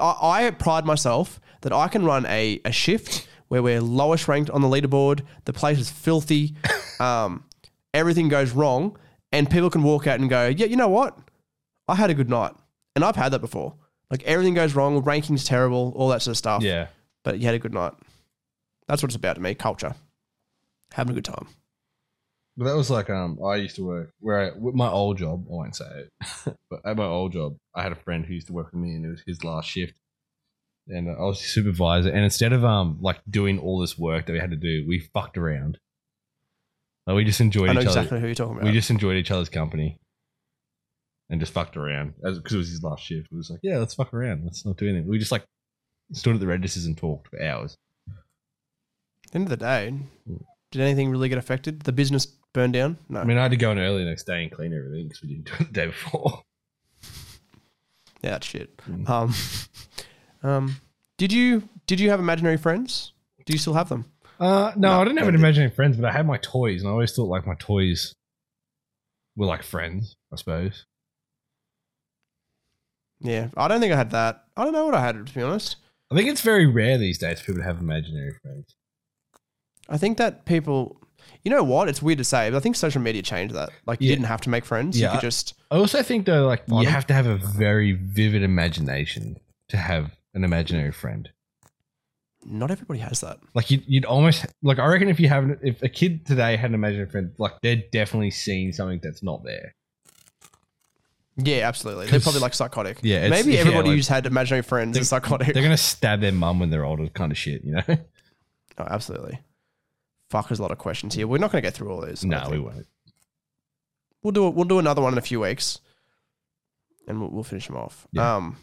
S1: I, I pride myself that I can run a, a shift where we're lowest ranked on the leaderboard. The place is filthy. Um, everything goes wrong, and people can walk out and go, "Yeah, you know what? I had a good night." And I've had that before. Like everything goes wrong, rankings terrible, all that sort of stuff
S3: Yeah.
S1: but you had a good night. That's what it's about to me. Culture, having a good time.
S3: But that was like um, I used to work where I, with my old job. I won't say it, *laughs* but at my old job, I had a friend who used to work with me, and it was his last shift. And I was his supervisor, and instead of um, like doing all this work that we had to do, we fucked around. Like we just enjoyed
S1: I know
S3: each other.
S1: exactly who you're talking about.
S3: We just enjoyed each other's company, and just fucked around as because it was his last shift. It was like, yeah, let's fuck around. Let's not do anything. We just like stood at the registers and talked for hours.
S1: At the end of the day,
S3: Mm.
S1: did anything really get affected? The business burned down? No.
S3: I mean, I had to go in early the next day and clean everything because we didn't do it the day before.
S1: yeah, that's shit.
S3: Mm.
S1: Um, *laughs* um, did you did you have imaginary friends? Do you still have them?
S3: Uh, no,
S1: No,
S3: I didn't have
S1: don't
S3: an
S1: do-
S3: imaginary friends, but I had my toys, and I always thought like my toys were like friends. I suppose.
S1: Yeah, I don't think I had that. I don't know what I had to be honest.
S3: I think it's very rare these days for people to have imaginary friends.
S1: I think that people, you know what? It's weird to say, but I think social media changed that. Like you
S3: Yeah.
S1: didn't have to make friends.
S3: Yeah,
S1: You
S3: I-
S1: could just
S3: I also think though, like you
S1: Pardon?
S3: have to have a very vivid imagination to have an imaginary friend.
S1: not everybody has that.
S3: Like you'd, you'd almost like I reckon if you haven't, if a kid today had an imaginary friend, like they're definitely seeing something that's not there.
S1: Yeah, absolutely. They're
S3: 'Cause-
S1: probably like psychotic.
S3: Yeah, it's-
S1: maybe
S3: yeah,
S1: everybody
S3: like-
S1: who's had imaginary friends
S3: They're-
S1: is psychotic.
S3: They're gonna stab their mum when they're older, kind of shit. You know? *laughs*
S1: Oh, absolutely. Fuck, there's a lot of questions here. We're not going to get through all these. I
S3: no,
S1: don't
S3: we
S1: think.
S3: won't.
S1: we'll do we'll do another one in a few weeks, and we'll, we'll finish them off.
S3: Yeah.
S1: Um,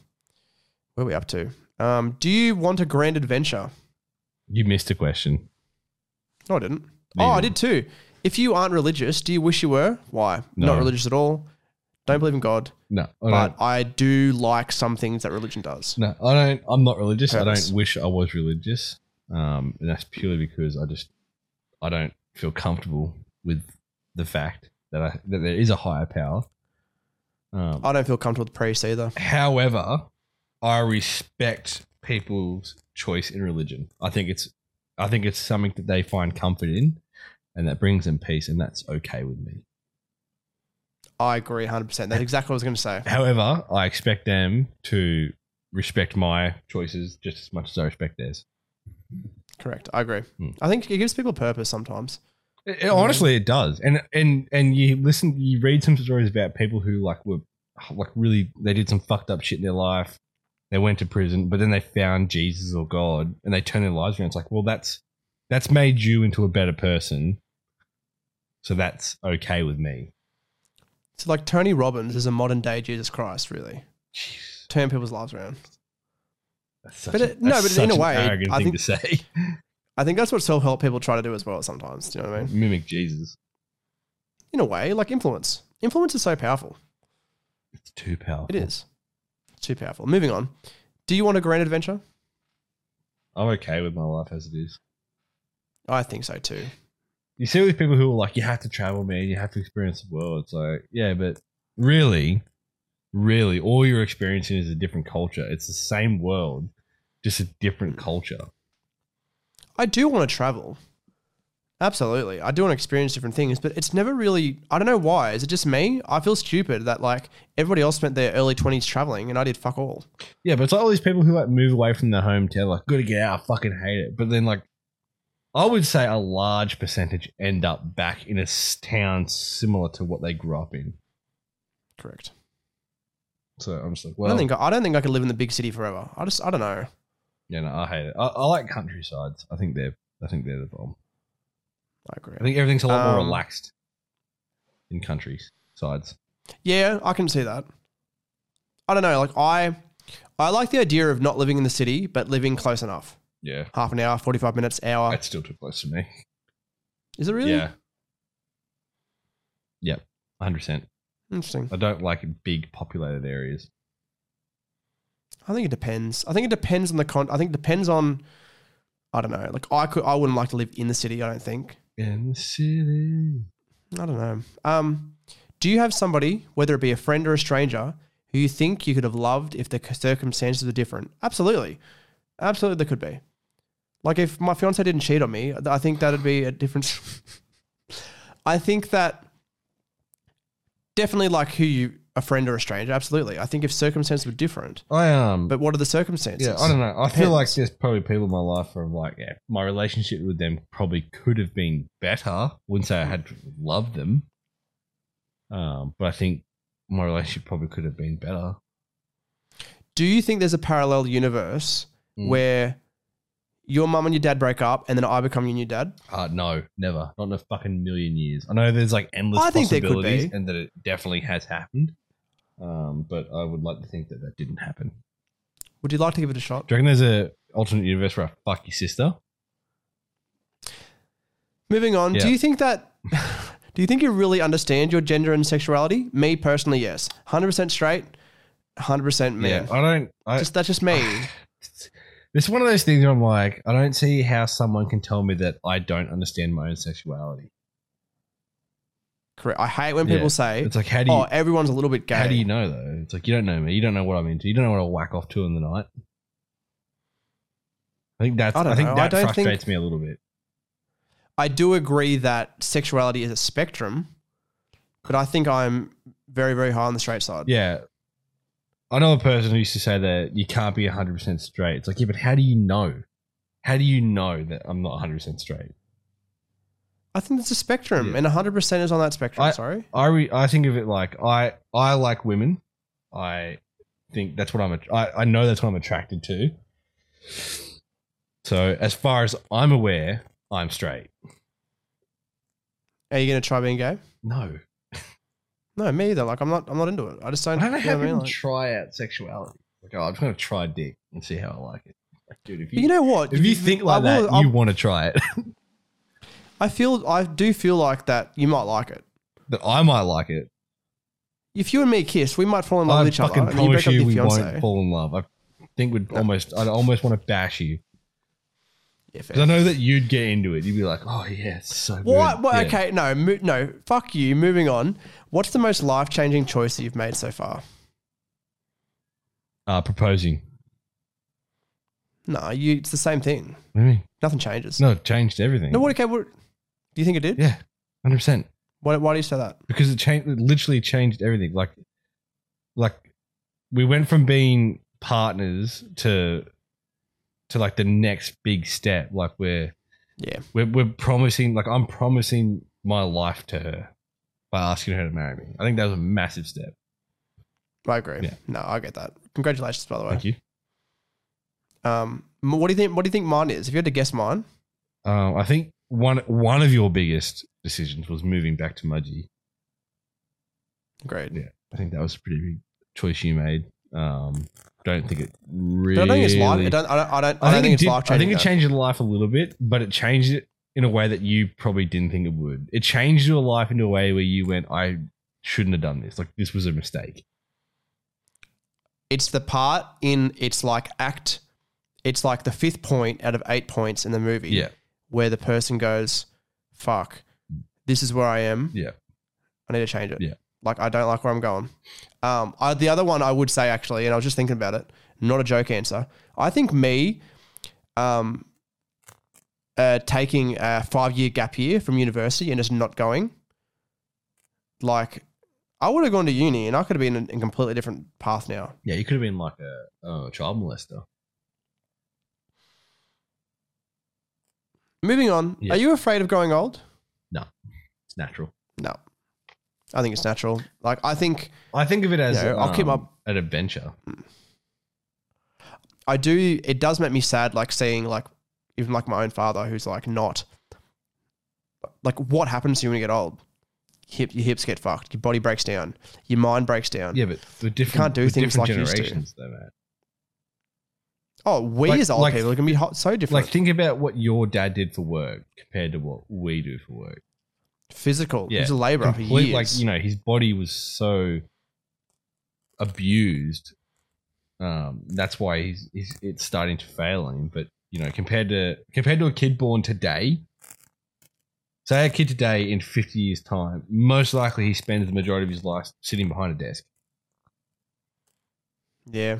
S1: where are we up to? Um, do you want a grand adventure?
S3: You missed a question.
S1: No, I didn't.
S3: Yeah.
S1: Oh, I did too. If you aren't religious, do you wish you were? Why?
S3: No.
S1: Not religious at all. Don't believe in God,
S3: No, I don't-
S1: but I do like some things that religion does.
S3: No, I don't. I'm not religious. I
S1: Purpose.
S3: don't wish I was religious. Um, and that's purely because I just I don't feel comfortable with the fact that I that there is a higher power. Um,
S1: I don't feel comfortable with priests either.
S3: however, I respect people's choice in religion. I think it's I think it's something that they find comfort in, and that brings them peace, and that's okay with me.
S1: I agree 100%. That's exactly what I was going to say.
S3: However, I expect them to respect my choices just as much as I respect theirs.
S1: Correct. I agree.
S3: Hmm.
S1: I think it gives people purpose sometimes.
S3: It- it- honestly, it does. And and and you listen, you read some stories about people who like were like really they did some fucked up shit in their life. They went to prison, but then they found Jesus or God, and they turned their lives around. It's like, well, that's that's made you into a better person, so that's okay with me.
S1: So, like, Tony Robbins is a modern day Jesus Christ, really.
S3: Jeez,
S1: Turn people's lives around.
S3: that's such
S1: But
S3: a-
S1: it- no,
S3: that's
S1: but in
S3: such
S1: a
S3: an
S1: way,
S3: arrogant
S1: I
S3: thing
S1: think-
S3: to say.
S1: I think that's what self help people try to do as well sometimes. Do you know what I mean?
S3: *laughs* Mimic Jesus.
S1: In a way, like influence. Influence is so powerful.
S3: It's too powerful.
S1: It is. It's too powerful. Moving on. Do you want a grand adventure?
S3: I'm okay with my life as it is.
S1: I think so too.
S3: you see all these people who are like, you have to travel, man, you have to experience the world. It's like, yeah, but really, really, all you're experiencing is a different culture. It's the same world, just a different culture.
S1: I do want to travel. Absolutely. I do want to experience different things, but it's never really, I don't know why. Is it just me? I feel stupid that like everybody else spent their early 20s traveling and I did fuck all.
S3: Yeah, but it's like all these people who like move away from their hometown, like, gotta get out, I fucking hate it. But then, like, I would say a large percentage end up back in a s- town similar to what they grew up in.
S1: Correct.
S3: So I'm just like,
S1: I
S3: well,
S1: don't think I don't think I could live in the big city forever. I just I don't know.
S3: yeah, no, I hate it. I, I like countrysides. I think they're, I think they're the bomb.
S1: I agree.
S3: I think everything's a lot more
S1: Um,
S3: relaxed in countries sides.
S1: Yeah, I can see that. I don't know. Like I, I like the idea of not living in the city, but living close enough.
S3: Yeah,
S1: Half an hour, forty-five minutes, hour.
S3: that's still too close to me.
S1: Is it really?
S3: Yeah. Yep, hundred percent.
S1: Interesting.
S3: I don't like big populated areas.
S1: I think it depends. I think it depends on the con. I think it depends on. I don't know. Like I could. I wouldn't like to live in the city. I don't think.
S3: In the city,
S1: I don't know. Um, do you have somebody, whether it be a friend or a stranger, who you think you could have loved if the c- circumstances were different? Absolutely, absolutely, there could be. Like if my fiance didn't cheat on me, th- I think that'd be a different. *laughs* I think that definitely like who you a friend or a stranger. Absolutely, I think if circumstances were different,
S3: I um,
S1: but what are the circumstances?
S3: yeah, I don't know. I feel like
S1: Depends.
S3: there's probably people in my life where I'm like, yeah, my relationship with them probably could have been better. Wouldn't say I had to love them, um, but I think my relationship probably could have been better.
S1: Do you think there's a parallel universe
S3: Mm.
S1: where your mum and your dad break up, and then I become your new dad?
S3: Uh, no, never. Not in a fucking million years. I know there's like endless
S1: I think there could
S3: possibilities
S1: be.
S3: and that it definitely has happened. Um, but I would like to think that that didn't happen.
S1: Would you like to give it a shot?
S3: Do you reckon there's a alternate universe where I fuck your sister?
S1: Moving on,
S3: Yeah.
S1: do you think that *laughs* do you think you really understand your gender and sexuality? Me personally, yes. 100% straight, 100% man.
S3: I don't. I,
S1: Just that's just
S3: *sighs*
S1: me.
S3: it's one of those things where I'm like, I don't see how someone can tell me that I don't understand my own sexuality.
S1: Correct. I hate when people
S3: Yeah.
S1: say,
S3: It's like, how do you,
S1: "Oh, everyone's a little bit gay."
S3: how do you know though? It's like you don't know me. You don't know what I'm into. You don't know what I whack off to in the night. I think that's.
S1: I
S3: I,
S1: don't
S3: think
S1: know. I
S3: that
S1: don't think-
S3: frustrates me a little bit.
S1: I do agree that sexuality is a spectrum, but I think I'm very very high on the straight side.
S3: Yeah. I know a person who used to say that you can't be 100% straight. It's like, yeah, but how do you know? How do you know that I'm not 100% straight?
S1: I think it's a spectrum
S3: Yeah.
S1: and 100% is on that spectrum, sorry.
S3: I re- I think of it like I I like women. I think that's what I'm att- I, I know that's what I'm attracted to. So, as far as I'm aware, I'm straight.
S1: Are you going to try being gay?
S3: No.
S1: No, me either. Like I'm not I'm not into it. I just
S3: I
S1: don't
S3: don't know
S1: you what
S3: how
S1: I mean?
S3: people
S1: Like-
S3: try out sexuality. Like, oh, I'm just going to try dick and see how I like it. Like, dude, if
S1: But
S3: you,
S1: you know what?
S3: if you think
S1: I
S3: like
S1: will-
S3: that,
S1: I'll-
S3: you want to try it. *laughs*
S1: I feel I do feel like that you might like it.
S3: that I might like it.
S1: If you and me kiss, we might fall in love
S3: I
S1: with each other.
S3: fucking
S1: And you
S3: promise
S1: break up
S3: you,
S1: with your
S3: we
S1: fiance.
S3: won't fall in love. I think we'd almost, I'd almost want to bash you
S1: Yeah, fair.
S3: because I know that you'd get into it. You'd be like, "Oh yeah, it's so
S1: What?
S3: good."
S1: what-
S3: Yeah.
S1: Okay, no, mo- no. Fuck you. Moving on. What's the most life changing choice that you've made so far?
S3: Uh, proposing.
S1: No, you. It's the same thing.
S3: What do you mean?
S1: Nothing changes.
S3: No, it changed everything.
S1: No. What? Okay. What? Do you think it did?
S3: Yeah, hundred percent.
S1: Why, why do you say that?
S3: because it changed it literally changed everything like like we went from being partners to to like the next big step like we're
S1: Yeah.
S3: we're, we're promising like i'm promising my life to her by asking her to marry me i think that was a massive step
S1: I agree.
S3: Yeah.
S1: No, I get that. Congratulations, by the way.
S3: thank you
S1: Um, m- what do you think? What do you think mine is? If you had to guess mine,
S3: um, i think one one of your biggest decisions was moving back to mudgee
S1: great.
S3: i think that was a pretty big choice you made um don't think it really
S1: But I don't think it's life. I don't. I don't. I don't, I don't think,
S3: it
S1: it's
S3: did-
S1: life changing.
S3: I think it changed your life a little bit, but it changed it in a way that you probably didn't think it would. It changed your life in a way where you went, I shouldn't have done this. Like this was a mistake.
S1: It's the part in. It's like act. It's like the fifth point out of eight points in the movie. Where the person goes, "Fuck, this is where I am.
S3: Yeah.
S1: I need to change it.
S3: Yeah.
S1: Like I don't like where I'm going. Um, I, the other one I would say actually, and I was just thinking about it. Not a joke answer. I think me, um, uh, taking a five year gap year from university and just not going. Like, I would have gone to uni and I could have been in a completely different path now.
S3: Yeah, you could have been like a uh, child molester.
S1: Moving on.
S3: Yeah.
S1: Are you afraid of growing old?
S3: It's natural.
S1: No. I think it's natural. Like I think
S3: I think of it as
S1: Yeah, I'll keep
S3: um,
S1: up.
S3: an adventure.
S1: I do. It does make me sad, like seeing like even like my own father, who's like not like what happens to you when you get old. Hip, your hips get fucked. Your body breaks down. Your mind breaks down.
S3: Yeah, but the different
S1: can't do
S3: the
S1: things
S3: different
S1: like you used to.
S3: generations though, man.
S1: Oh, we
S3: Like-
S1: as old
S3: like-
S1: people are gonna be hot, so different.
S3: Like think about what your dad did for work compared to what we do for work.
S1: Physical.
S3: Yeah,
S1: He's a labourer for
S3: Complete-
S1: years.
S3: Like you know, his body was so abused. Um, that's why he's, he's it's starting to fail on him. But you know, compared to compared to a kid born today, say a kid today in fifty years' time, most likely he spends the majority of his life sitting behind a desk.
S1: yeah,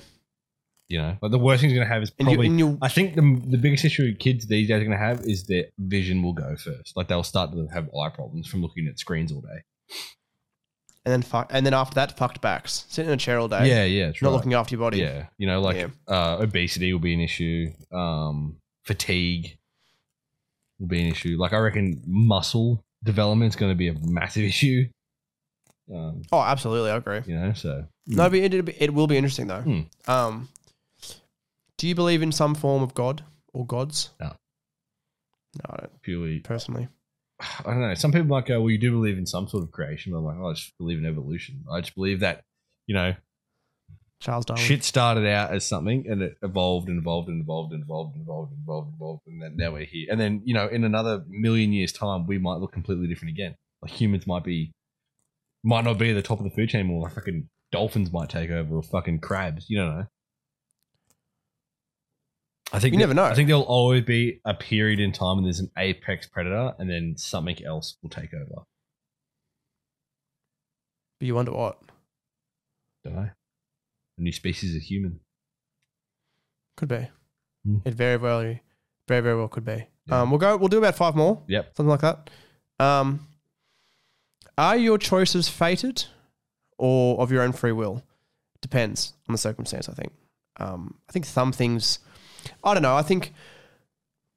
S3: You know, but the worst thing he's going to have is
S1: and you
S3: probably.
S1: and you
S3: I think the the biggest issue kids these days are going to have is their vision will go first. Like they'll start to have eye problems from looking at screens all day.
S1: and then fuck and then after that fucked backs sitting in a chair all day.
S3: Yeah, yeah, true.
S1: not looking after your body.
S3: Yeah, you know, like
S1: Yeah.
S3: uh, obesity will be an issue. Um, fatigue will be an issue. Like I reckon muscle development is going to be a massive *laughs* issue. Um,
S1: Oh, absolutely, I agree.
S3: you know, so
S1: No, but it, it'll be- it will be interesting though.
S3: Hmm.
S1: Um, do you believe in some form of God or gods?
S3: No.
S1: No, I don't
S3: purely,
S1: personally.
S3: I don't know. Some people might go, "Well, you do believe in some sort of creation." But I'm like, "Oh, I just believe in evolution. I just believe that." You know,
S1: Charles Darwin.
S3: shit started out as something and it evolved and evolved and evolved and evolved and evolved and evolved and evolved and then now we're here. And then, you know, in another million years' time, we might look completely different again. Like humans might be, might not be at the top of the food chain anymore. Like fucking dolphins might take over or fucking crabs. You don't know. I think
S1: You never know.
S3: I think there'll always be a period in time when there's an apex predator and then something else will take over.
S1: But you wonder what?
S3: Don't know. A new species of human.
S1: Could be.
S3: Hmm.
S1: It very well, very very well could be.
S3: Yeah.
S1: Um, we'll go. We'll do about five more,
S3: Yep.
S1: something like that. Um, are your choices fated, or of your own free will? Depends on the circumstance. I think. Um, I think some things. I don't know. I think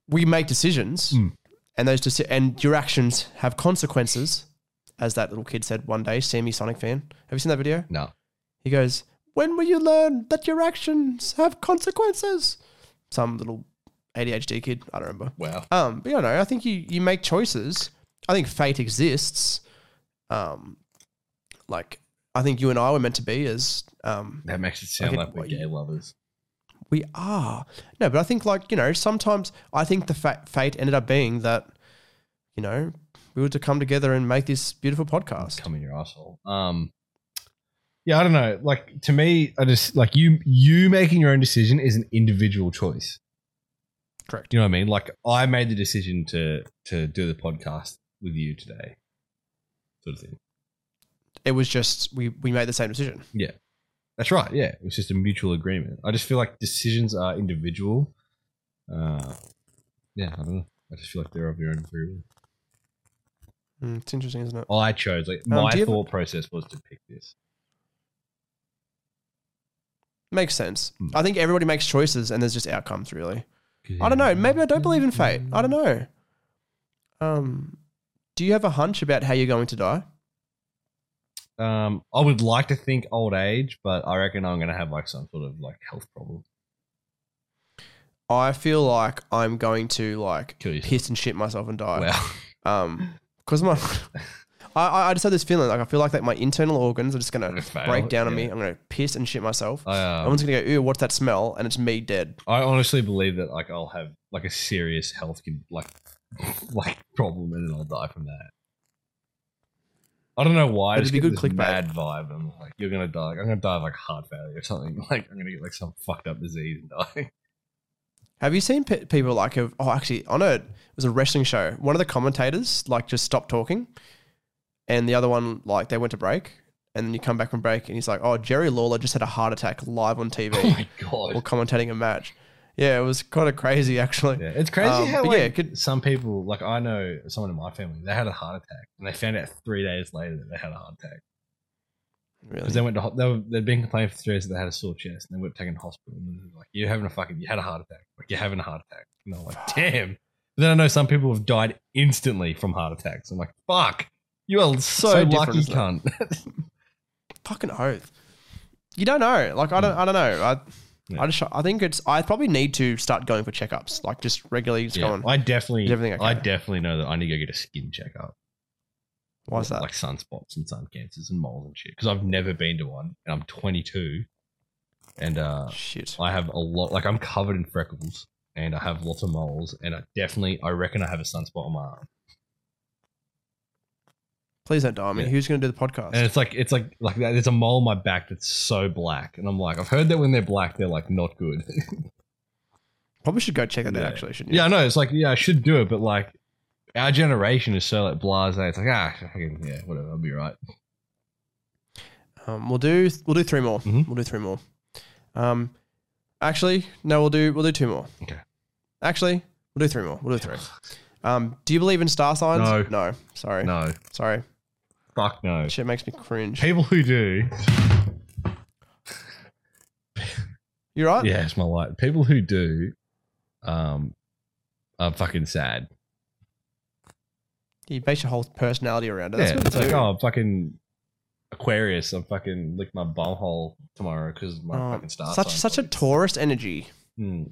S1: we make decisions,
S3: Hmm.
S1: and those deci- and your actions have consequences. As that little kid said one day, Sammy Sonic fan. Have you seen that video?
S3: No.
S1: He goes, When will you learn that your actions have consequences? Some little ADHD kid, I don't remember.
S3: Wow.
S1: Um, but you know, I think you, you make choices. I think fate exists. Um, like I think you and I were meant to be as um
S3: That makes it sound
S1: Okay,
S3: like we're
S1: what you-
S3: gay lovers.
S1: we are. No, but I think like, you know, sometimes I think the fa- fate ended up being that, you know, we were to come together and make this beautiful podcast.
S3: Come in your asshole. Um, yeah, I don't know. Like to me, I just like you. You making your own decision is an individual choice.
S1: Correct.
S3: Do you know what I mean? Like I made the decision to to do the podcast with you today, sort of thing.
S1: It was just we, we made the same decision.
S3: That's right. Yeah, it was just a mutual agreement. I just feel like decisions are individual. Uh, yeah, I don't know. I just feel like they're of your own free will.
S1: Mm, it's interesting, isn't it?
S3: I chose like
S1: Um,
S3: my
S1: do you have-
S3: thought process was to pick this.
S1: Makes sense.
S3: Hmm.
S1: I think everybody makes choices and there's just outcomes, really. I don't know. Maybe I don't believe in fate. I don't
S3: Hmm.
S1: know. Um, do you have a hunch about how you're going to die?
S3: know. Um, I would like to think old age, but I reckon I'm gonna have like some sort of like health problem.
S1: I feel like I'm going to like
S3: Kill yourself.
S1: piss and shit myself and die.
S3: Wow.
S1: Um, because my, *laughs* I- I I just have this feeling like I feel like that my internal organs are just gonna
S3: Gonna fail,
S1: break down on
S3: yeah.
S1: me. I'm gonna piss and shit myself.
S3: *laughs* I, um,
S1: Everyone's gonna go, ooh, what's that smell? And it's me dead.
S3: I honestly believe that like I'll have like a serious health con- like *laughs* like problem and then I'll die from that. I don't know why. I
S1: That'd
S3: just
S1: be
S3: get
S1: good
S3: this
S1: clickbait.
S3: Mad vibe. I'm like, you're gonna die. Like, I'm gonna die of like heart failure or something. *laughs* Like, I'm gonna get like some fucked up disease and die. *laughs*
S1: Have you seen pe- people like have, oh actually on a it was a wrestling show. One of the commentators like just stopped talking, and the other one like they went to break, and then you come back from break and he's like, oh Jerry Lawler just had a heart attack live on
S3: *laughs* oh
S1: TV
S3: my god.
S1: while commentating a match. Yeah, it was kind of crazy actually.
S3: Yeah, it's crazy
S1: Um,
S3: how
S1: but
S3: like
S1: yeah, it could-
S3: some people, like I know someone in my family, they had a heart attack and they found out three days later that they had a heart attack
S1: Really.
S3: because they went to ho- they were, they'd been complaining for three days that they had a sore chest and they were taken to hospital and they're like you're having a fucking you had a heart attack like you're having a heart attack and I'm like damn. But then I know some people have died instantly from heart attacks. I'm like fuck, you are so,
S1: So different,
S3: lucky,
S1: isn't it?
S3: cunt.
S1: fucking oath. You don't know. Like I don't. I don't know. I.
S3: Yeah.
S1: I just. I think it's. I probably need to start going for checkups. Like just regularly. Just
S3: Yeah,
S1: going.
S3: I
S1: Is
S3: definitely,
S1: everything okay?
S3: I definitely know that I need to go get a skin checkup.
S1: Why's that?
S3: Like sunspots and sun cancers and moles and shit. Because I've never been to one, and I'm 22, and uh,
S1: Shit.
S3: I have a lot. Like I'm covered in freckles, and I have lots of moles, and I definitely, I reckon, I have a sunspot on my arm.
S1: Please don't die on me.
S3: Yeah.
S1: Who's going to do the podcast?
S3: And it's like, it's like, like that. There's a mole on my back that's so black, and I'm like, I've heard that when they're black, they're like not good. *laughs*
S1: probably should go check that out.
S3: Yeah.
S1: Actually, shouldn't you?
S3: yeah, I know. It's like, yeah, I should do it, but like. Our generation is so like blase. It's like ah, fucking, yeah, whatever. I'll be right.
S1: Um, we'll do. We'll do three more.
S3: Mhm.
S1: We'll do three more. Um, actually, no. We'll do. We'll do two more.
S3: Okay.
S1: Actually, we'll do three more. We'll do
S3: *sighs*
S1: three. Um, do you believe in star signs?
S3: No.
S1: No. Sorry.
S3: No,
S1: Sorry.
S3: fuck no.
S1: Shit makes me cringe.
S3: People
S1: *laughs*
S3: who do,
S1: You right?
S3: yeah, it's my life. People who do, um, are fucking sad.
S1: You base your whole personality around it. That's
S3: Yeah,
S1: what
S3: it's like
S1: do.
S3: oh, I'm fucking Aquarius. I'm fucking lick my bumhole tomorrow because my
S1: Oh,
S3: fucking star.
S1: such
S3: sign
S1: such a
S3: sucks.
S1: tourist energy.
S3: Hmm.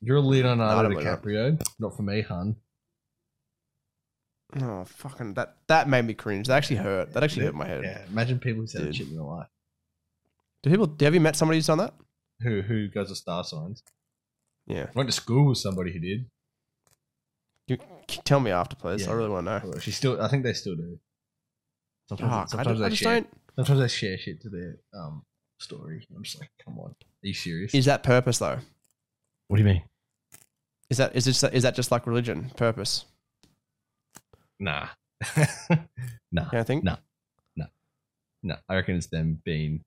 S3: You're a Leonardo
S1: Not a winner.
S3: DiCaprio. Not for me, hun.
S1: Oh fucking that that made me cringe. That actually hurt. That actually hurt my head.
S3: Yeah, imagine people who say that
S1: Dude.
S3: shit in their life.
S1: Do people have you met somebody who's done that?
S3: Who who goes to star signs?
S1: Yeah.
S3: I went to school with somebody who did.
S1: You, c- tell me after, please. I
S3: Yeah.
S1: really want to know.
S3: She still, I think they still do. Sometimes,
S1: Fuck, I,
S3: sometimes
S1: don't, I
S3: they
S1: just
S3: share.
S1: don't.
S3: Sometimes they share shit to their um story. I'm just like, come on, are you serious?
S1: Is that purpose though?
S3: what do you mean?
S1: Is that is this is that just like religion purpose?
S3: Nah, *laughs* nah,
S1: You don't think?
S3: No. nah. I reckon it's them being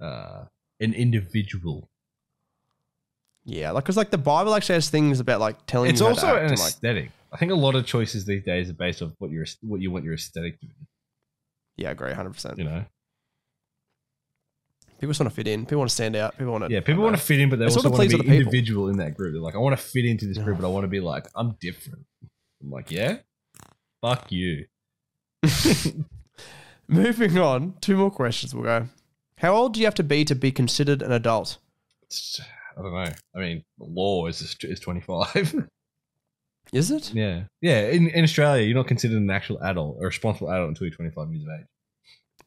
S3: uh an individual.
S1: Yeah, like because like the Bible actually has things about like telling
S3: It's
S1: you how
S3: also
S1: to act
S3: an
S1: and, like
S3: aesthetic. I think a lot of choices these days are based off what your what you want your aesthetic to be.
S1: yeah, I agree, hundred percent.
S3: You know,
S1: People just want to fit in. People want to stand out. People want to.
S3: yeah. People want to fit in, but they
S1: It's all
S3: also
S1: to
S3: want
S1: please
S3: to
S1: other
S3: be
S1: people.
S3: individual in that group. They're like, I want to fit into this group,
S1: Yeah. *sighs*
S3: but I want to be like, I'm different. I'm like, yeah, fuck you.
S1: *laughs* Moving on, two more questions. We'll go. How old do you have to be to be considered an adult?
S3: It's- I don't know. I mean, the law is is *laughs* 25.
S1: Is it?
S3: Yeah, yeah. In, in Australia, you're not considered an actual adult or responsible adult until you're 25 years of age.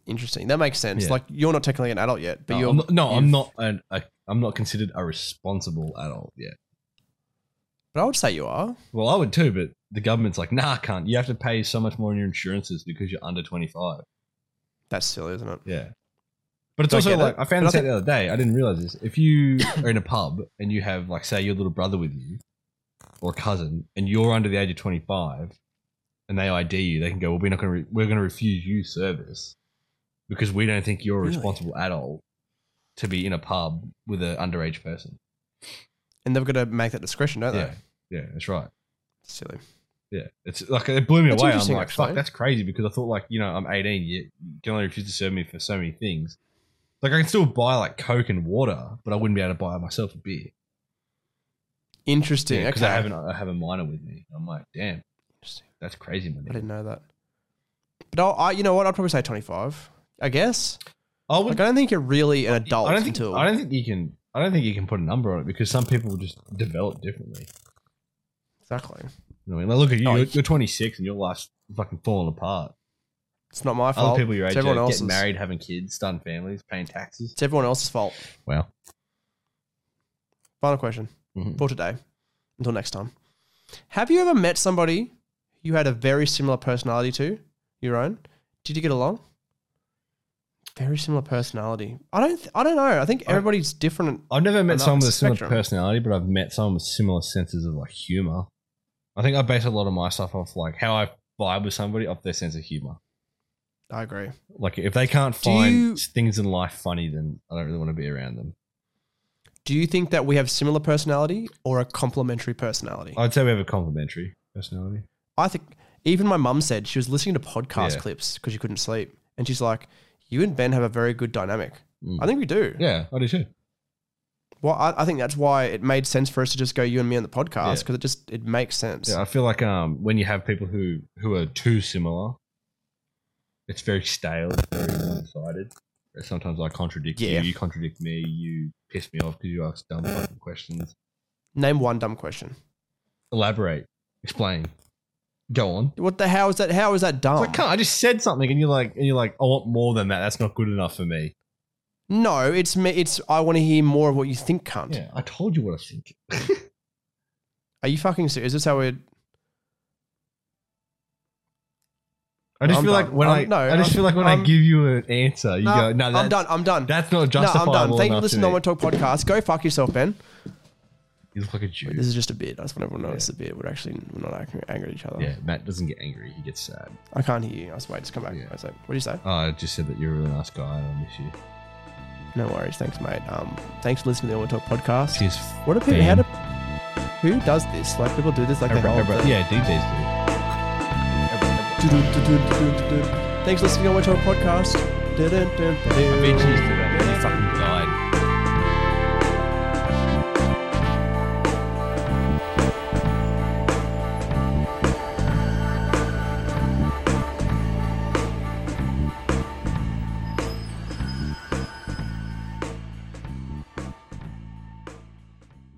S1: Interesting. That makes sense.
S3: Yeah.
S1: Like you're not technically an adult yet, but
S3: no,
S1: you're
S3: I'm not, no, I'm
S1: you've-
S3: not. An, a, I'm not considered a responsible adult yet.
S1: But I would say you are.
S3: Well, I would too, but the government's like, nah, can't. You have to pay so much more on your insurances because you're under 25.
S1: That's silly, isn't it?
S3: Yeah. But it's
S1: I
S3: also
S1: get
S3: like
S1: it.
S3: I found
S1: But
S3: this
S1: I
S3: out the other day. I didn't realize this. If you are in a pub and you have like say your little brother with you or a cousin, and you're under the age of 25, and they ID you, they can go, "Well, we're not going to re- we're going to refuse you service because we don't think you're a
S1: Really?
S3: responsible adult to be in a pub with an underage person."
S1: And they've got to make that discretion, don't
S3: Yeah,
S1: they?
S3: yeah, that's right.
S1: Silly.
S3: Yeah, it's like it blew me
S1: That's
S3: away. I'm
S1: interesting,
S3: like,
S1: actually.
S3: fuck, that's crazy because I thought like, you know, I'm 18. You you can only refuse to serve me for so many things. Like I can still buy like Coke and water, but I wouldn't be able to buy myself a beer
S1: Interesting.
S3: because
S1: okay.
S3: I haven't. I have a minor with me. I'm like, damn,
S1: Interesting.
S3: that's crazy money.
S1: I didn't know that. But I'll, I, you know what? I'd probably say 25. I guess.
S3: I
S1: Like,
S3: would.
S1: I don't think you're really an adult
S3: I don't think.
S1: until.
S3: I don't think you can. I don't think you can put a number on it because some people just develop differently.
S1: exactly.
S3: You know what I mean, like, look at you.
S1: Oh,
S3: you're,
S1: yeah.
S3: you're 26 and your life's fucking falling apart.
S1: It's not my fault.
S3: Other people your
S1: it's
S3: age
S1: everyone
S3: are
S1: else's.
S3: getting married, having kids, starting families, paying taxes.
S1: It's everyone else's fault.
S3: Wow.
S1: Final question
S3: Mhm.
S1: for today. Until next time. Have you ever met somebody you had a very similar personality to your own? Did you get along? Very similar personality. I don't. Th- I don't know. I think
S3: I-
S1: everybody's different.
S3: I've never met
S1: Another
S3: someone with a similar
S1: spectrum.
S3: personality, but I've met someone with similar senses of like humor. I think I base a lot of my stuff off like how I vibe with somebody off their sense of humor.
S1: I agree.
S3: Like if they can't find
S1: you-
S3: things in life funny, then I don't really want to be around them.
S1: Do you think that we have similar personality or a complementary personality?
S3: I'd say we have a complementary personality.
S1: I think even my mum said she was listening to podcast
S3: Yeah.
S1: clips because she couldn't sleep, and she's like, "You and Ben have a very good dynamic."
S3: Mm.
S1: I think we do.
S3: Yeah, I do too.
S1: Well, I, I think that's why it made sense for us to just go you and me on the podcast
S3: Yeah.
S1: because it just it makes sense.
S3: Yeah, I feel like um when you have people who who are too similar, it's very stale, it's very one sided. Sometimes I contradict
S1: Yeah.
S3: you, you contradict me, you piss me off because you ask dumb fucking questions.
S1: Name one dumb question.
S3: Elaborate. Explain. Go on.
S1: What the hell is that? How is that
S3: It's
S1: dumb?
S3: like, can't I just said something and you're like and you're like, I want more than that. That's not good enough for me.
S1: no, it's me. It's I want to hear more of what you think, cunt.
S3: Yeah, I told you what I think.
S1: Are you fucking serious? Is this how we're?
S3: I just
S1: I'm
S3: feel like
S1: done.
S3: when
S1: I'm-
S3: I
S1: no,
S3: I just
S1: I'm-
S3: feel like when
S1: I'm-
S3: I give you an answer, you
S1: No,
S3: go, no,
S1: I'm
S3: that,
S1: done. I'm done.
S3: that's not
S1: No, I'm
S3: justifiable.
S1: done. Thank you for
S3: enough to
S1: listening to
S3: me.
S1: No One Talk podcast. Go fuck yourself, Ben.
S3: You look like a Jew.
S1: Wait, this is just a bit. I just want everyone to know
S3: Yeah.
S1: it's a bit. We're actually we're not angry, angry at each other.
S3: yeah, Matt doesn't get angry. He gets sad.
S1: I can't hear you. I was wait. Just come back.
S3: Yeah.
S1: I was like, what do you say?
S3: Oh, I just said that you're a really nice guy and I miss you.
S1: No worries. Thanks, mate. Um, thanks for listening to the One Talk podcast.
S3: Cheers.
S1: What do people? How do, who does this? Like people do this? Like they
S3: Every-
S1: hold
S3: every-
S1: the-
S3: yeah, DJs do. Every- every-
S1: Thanks for listening to our podcast.
S3: I beat you to that. You fucking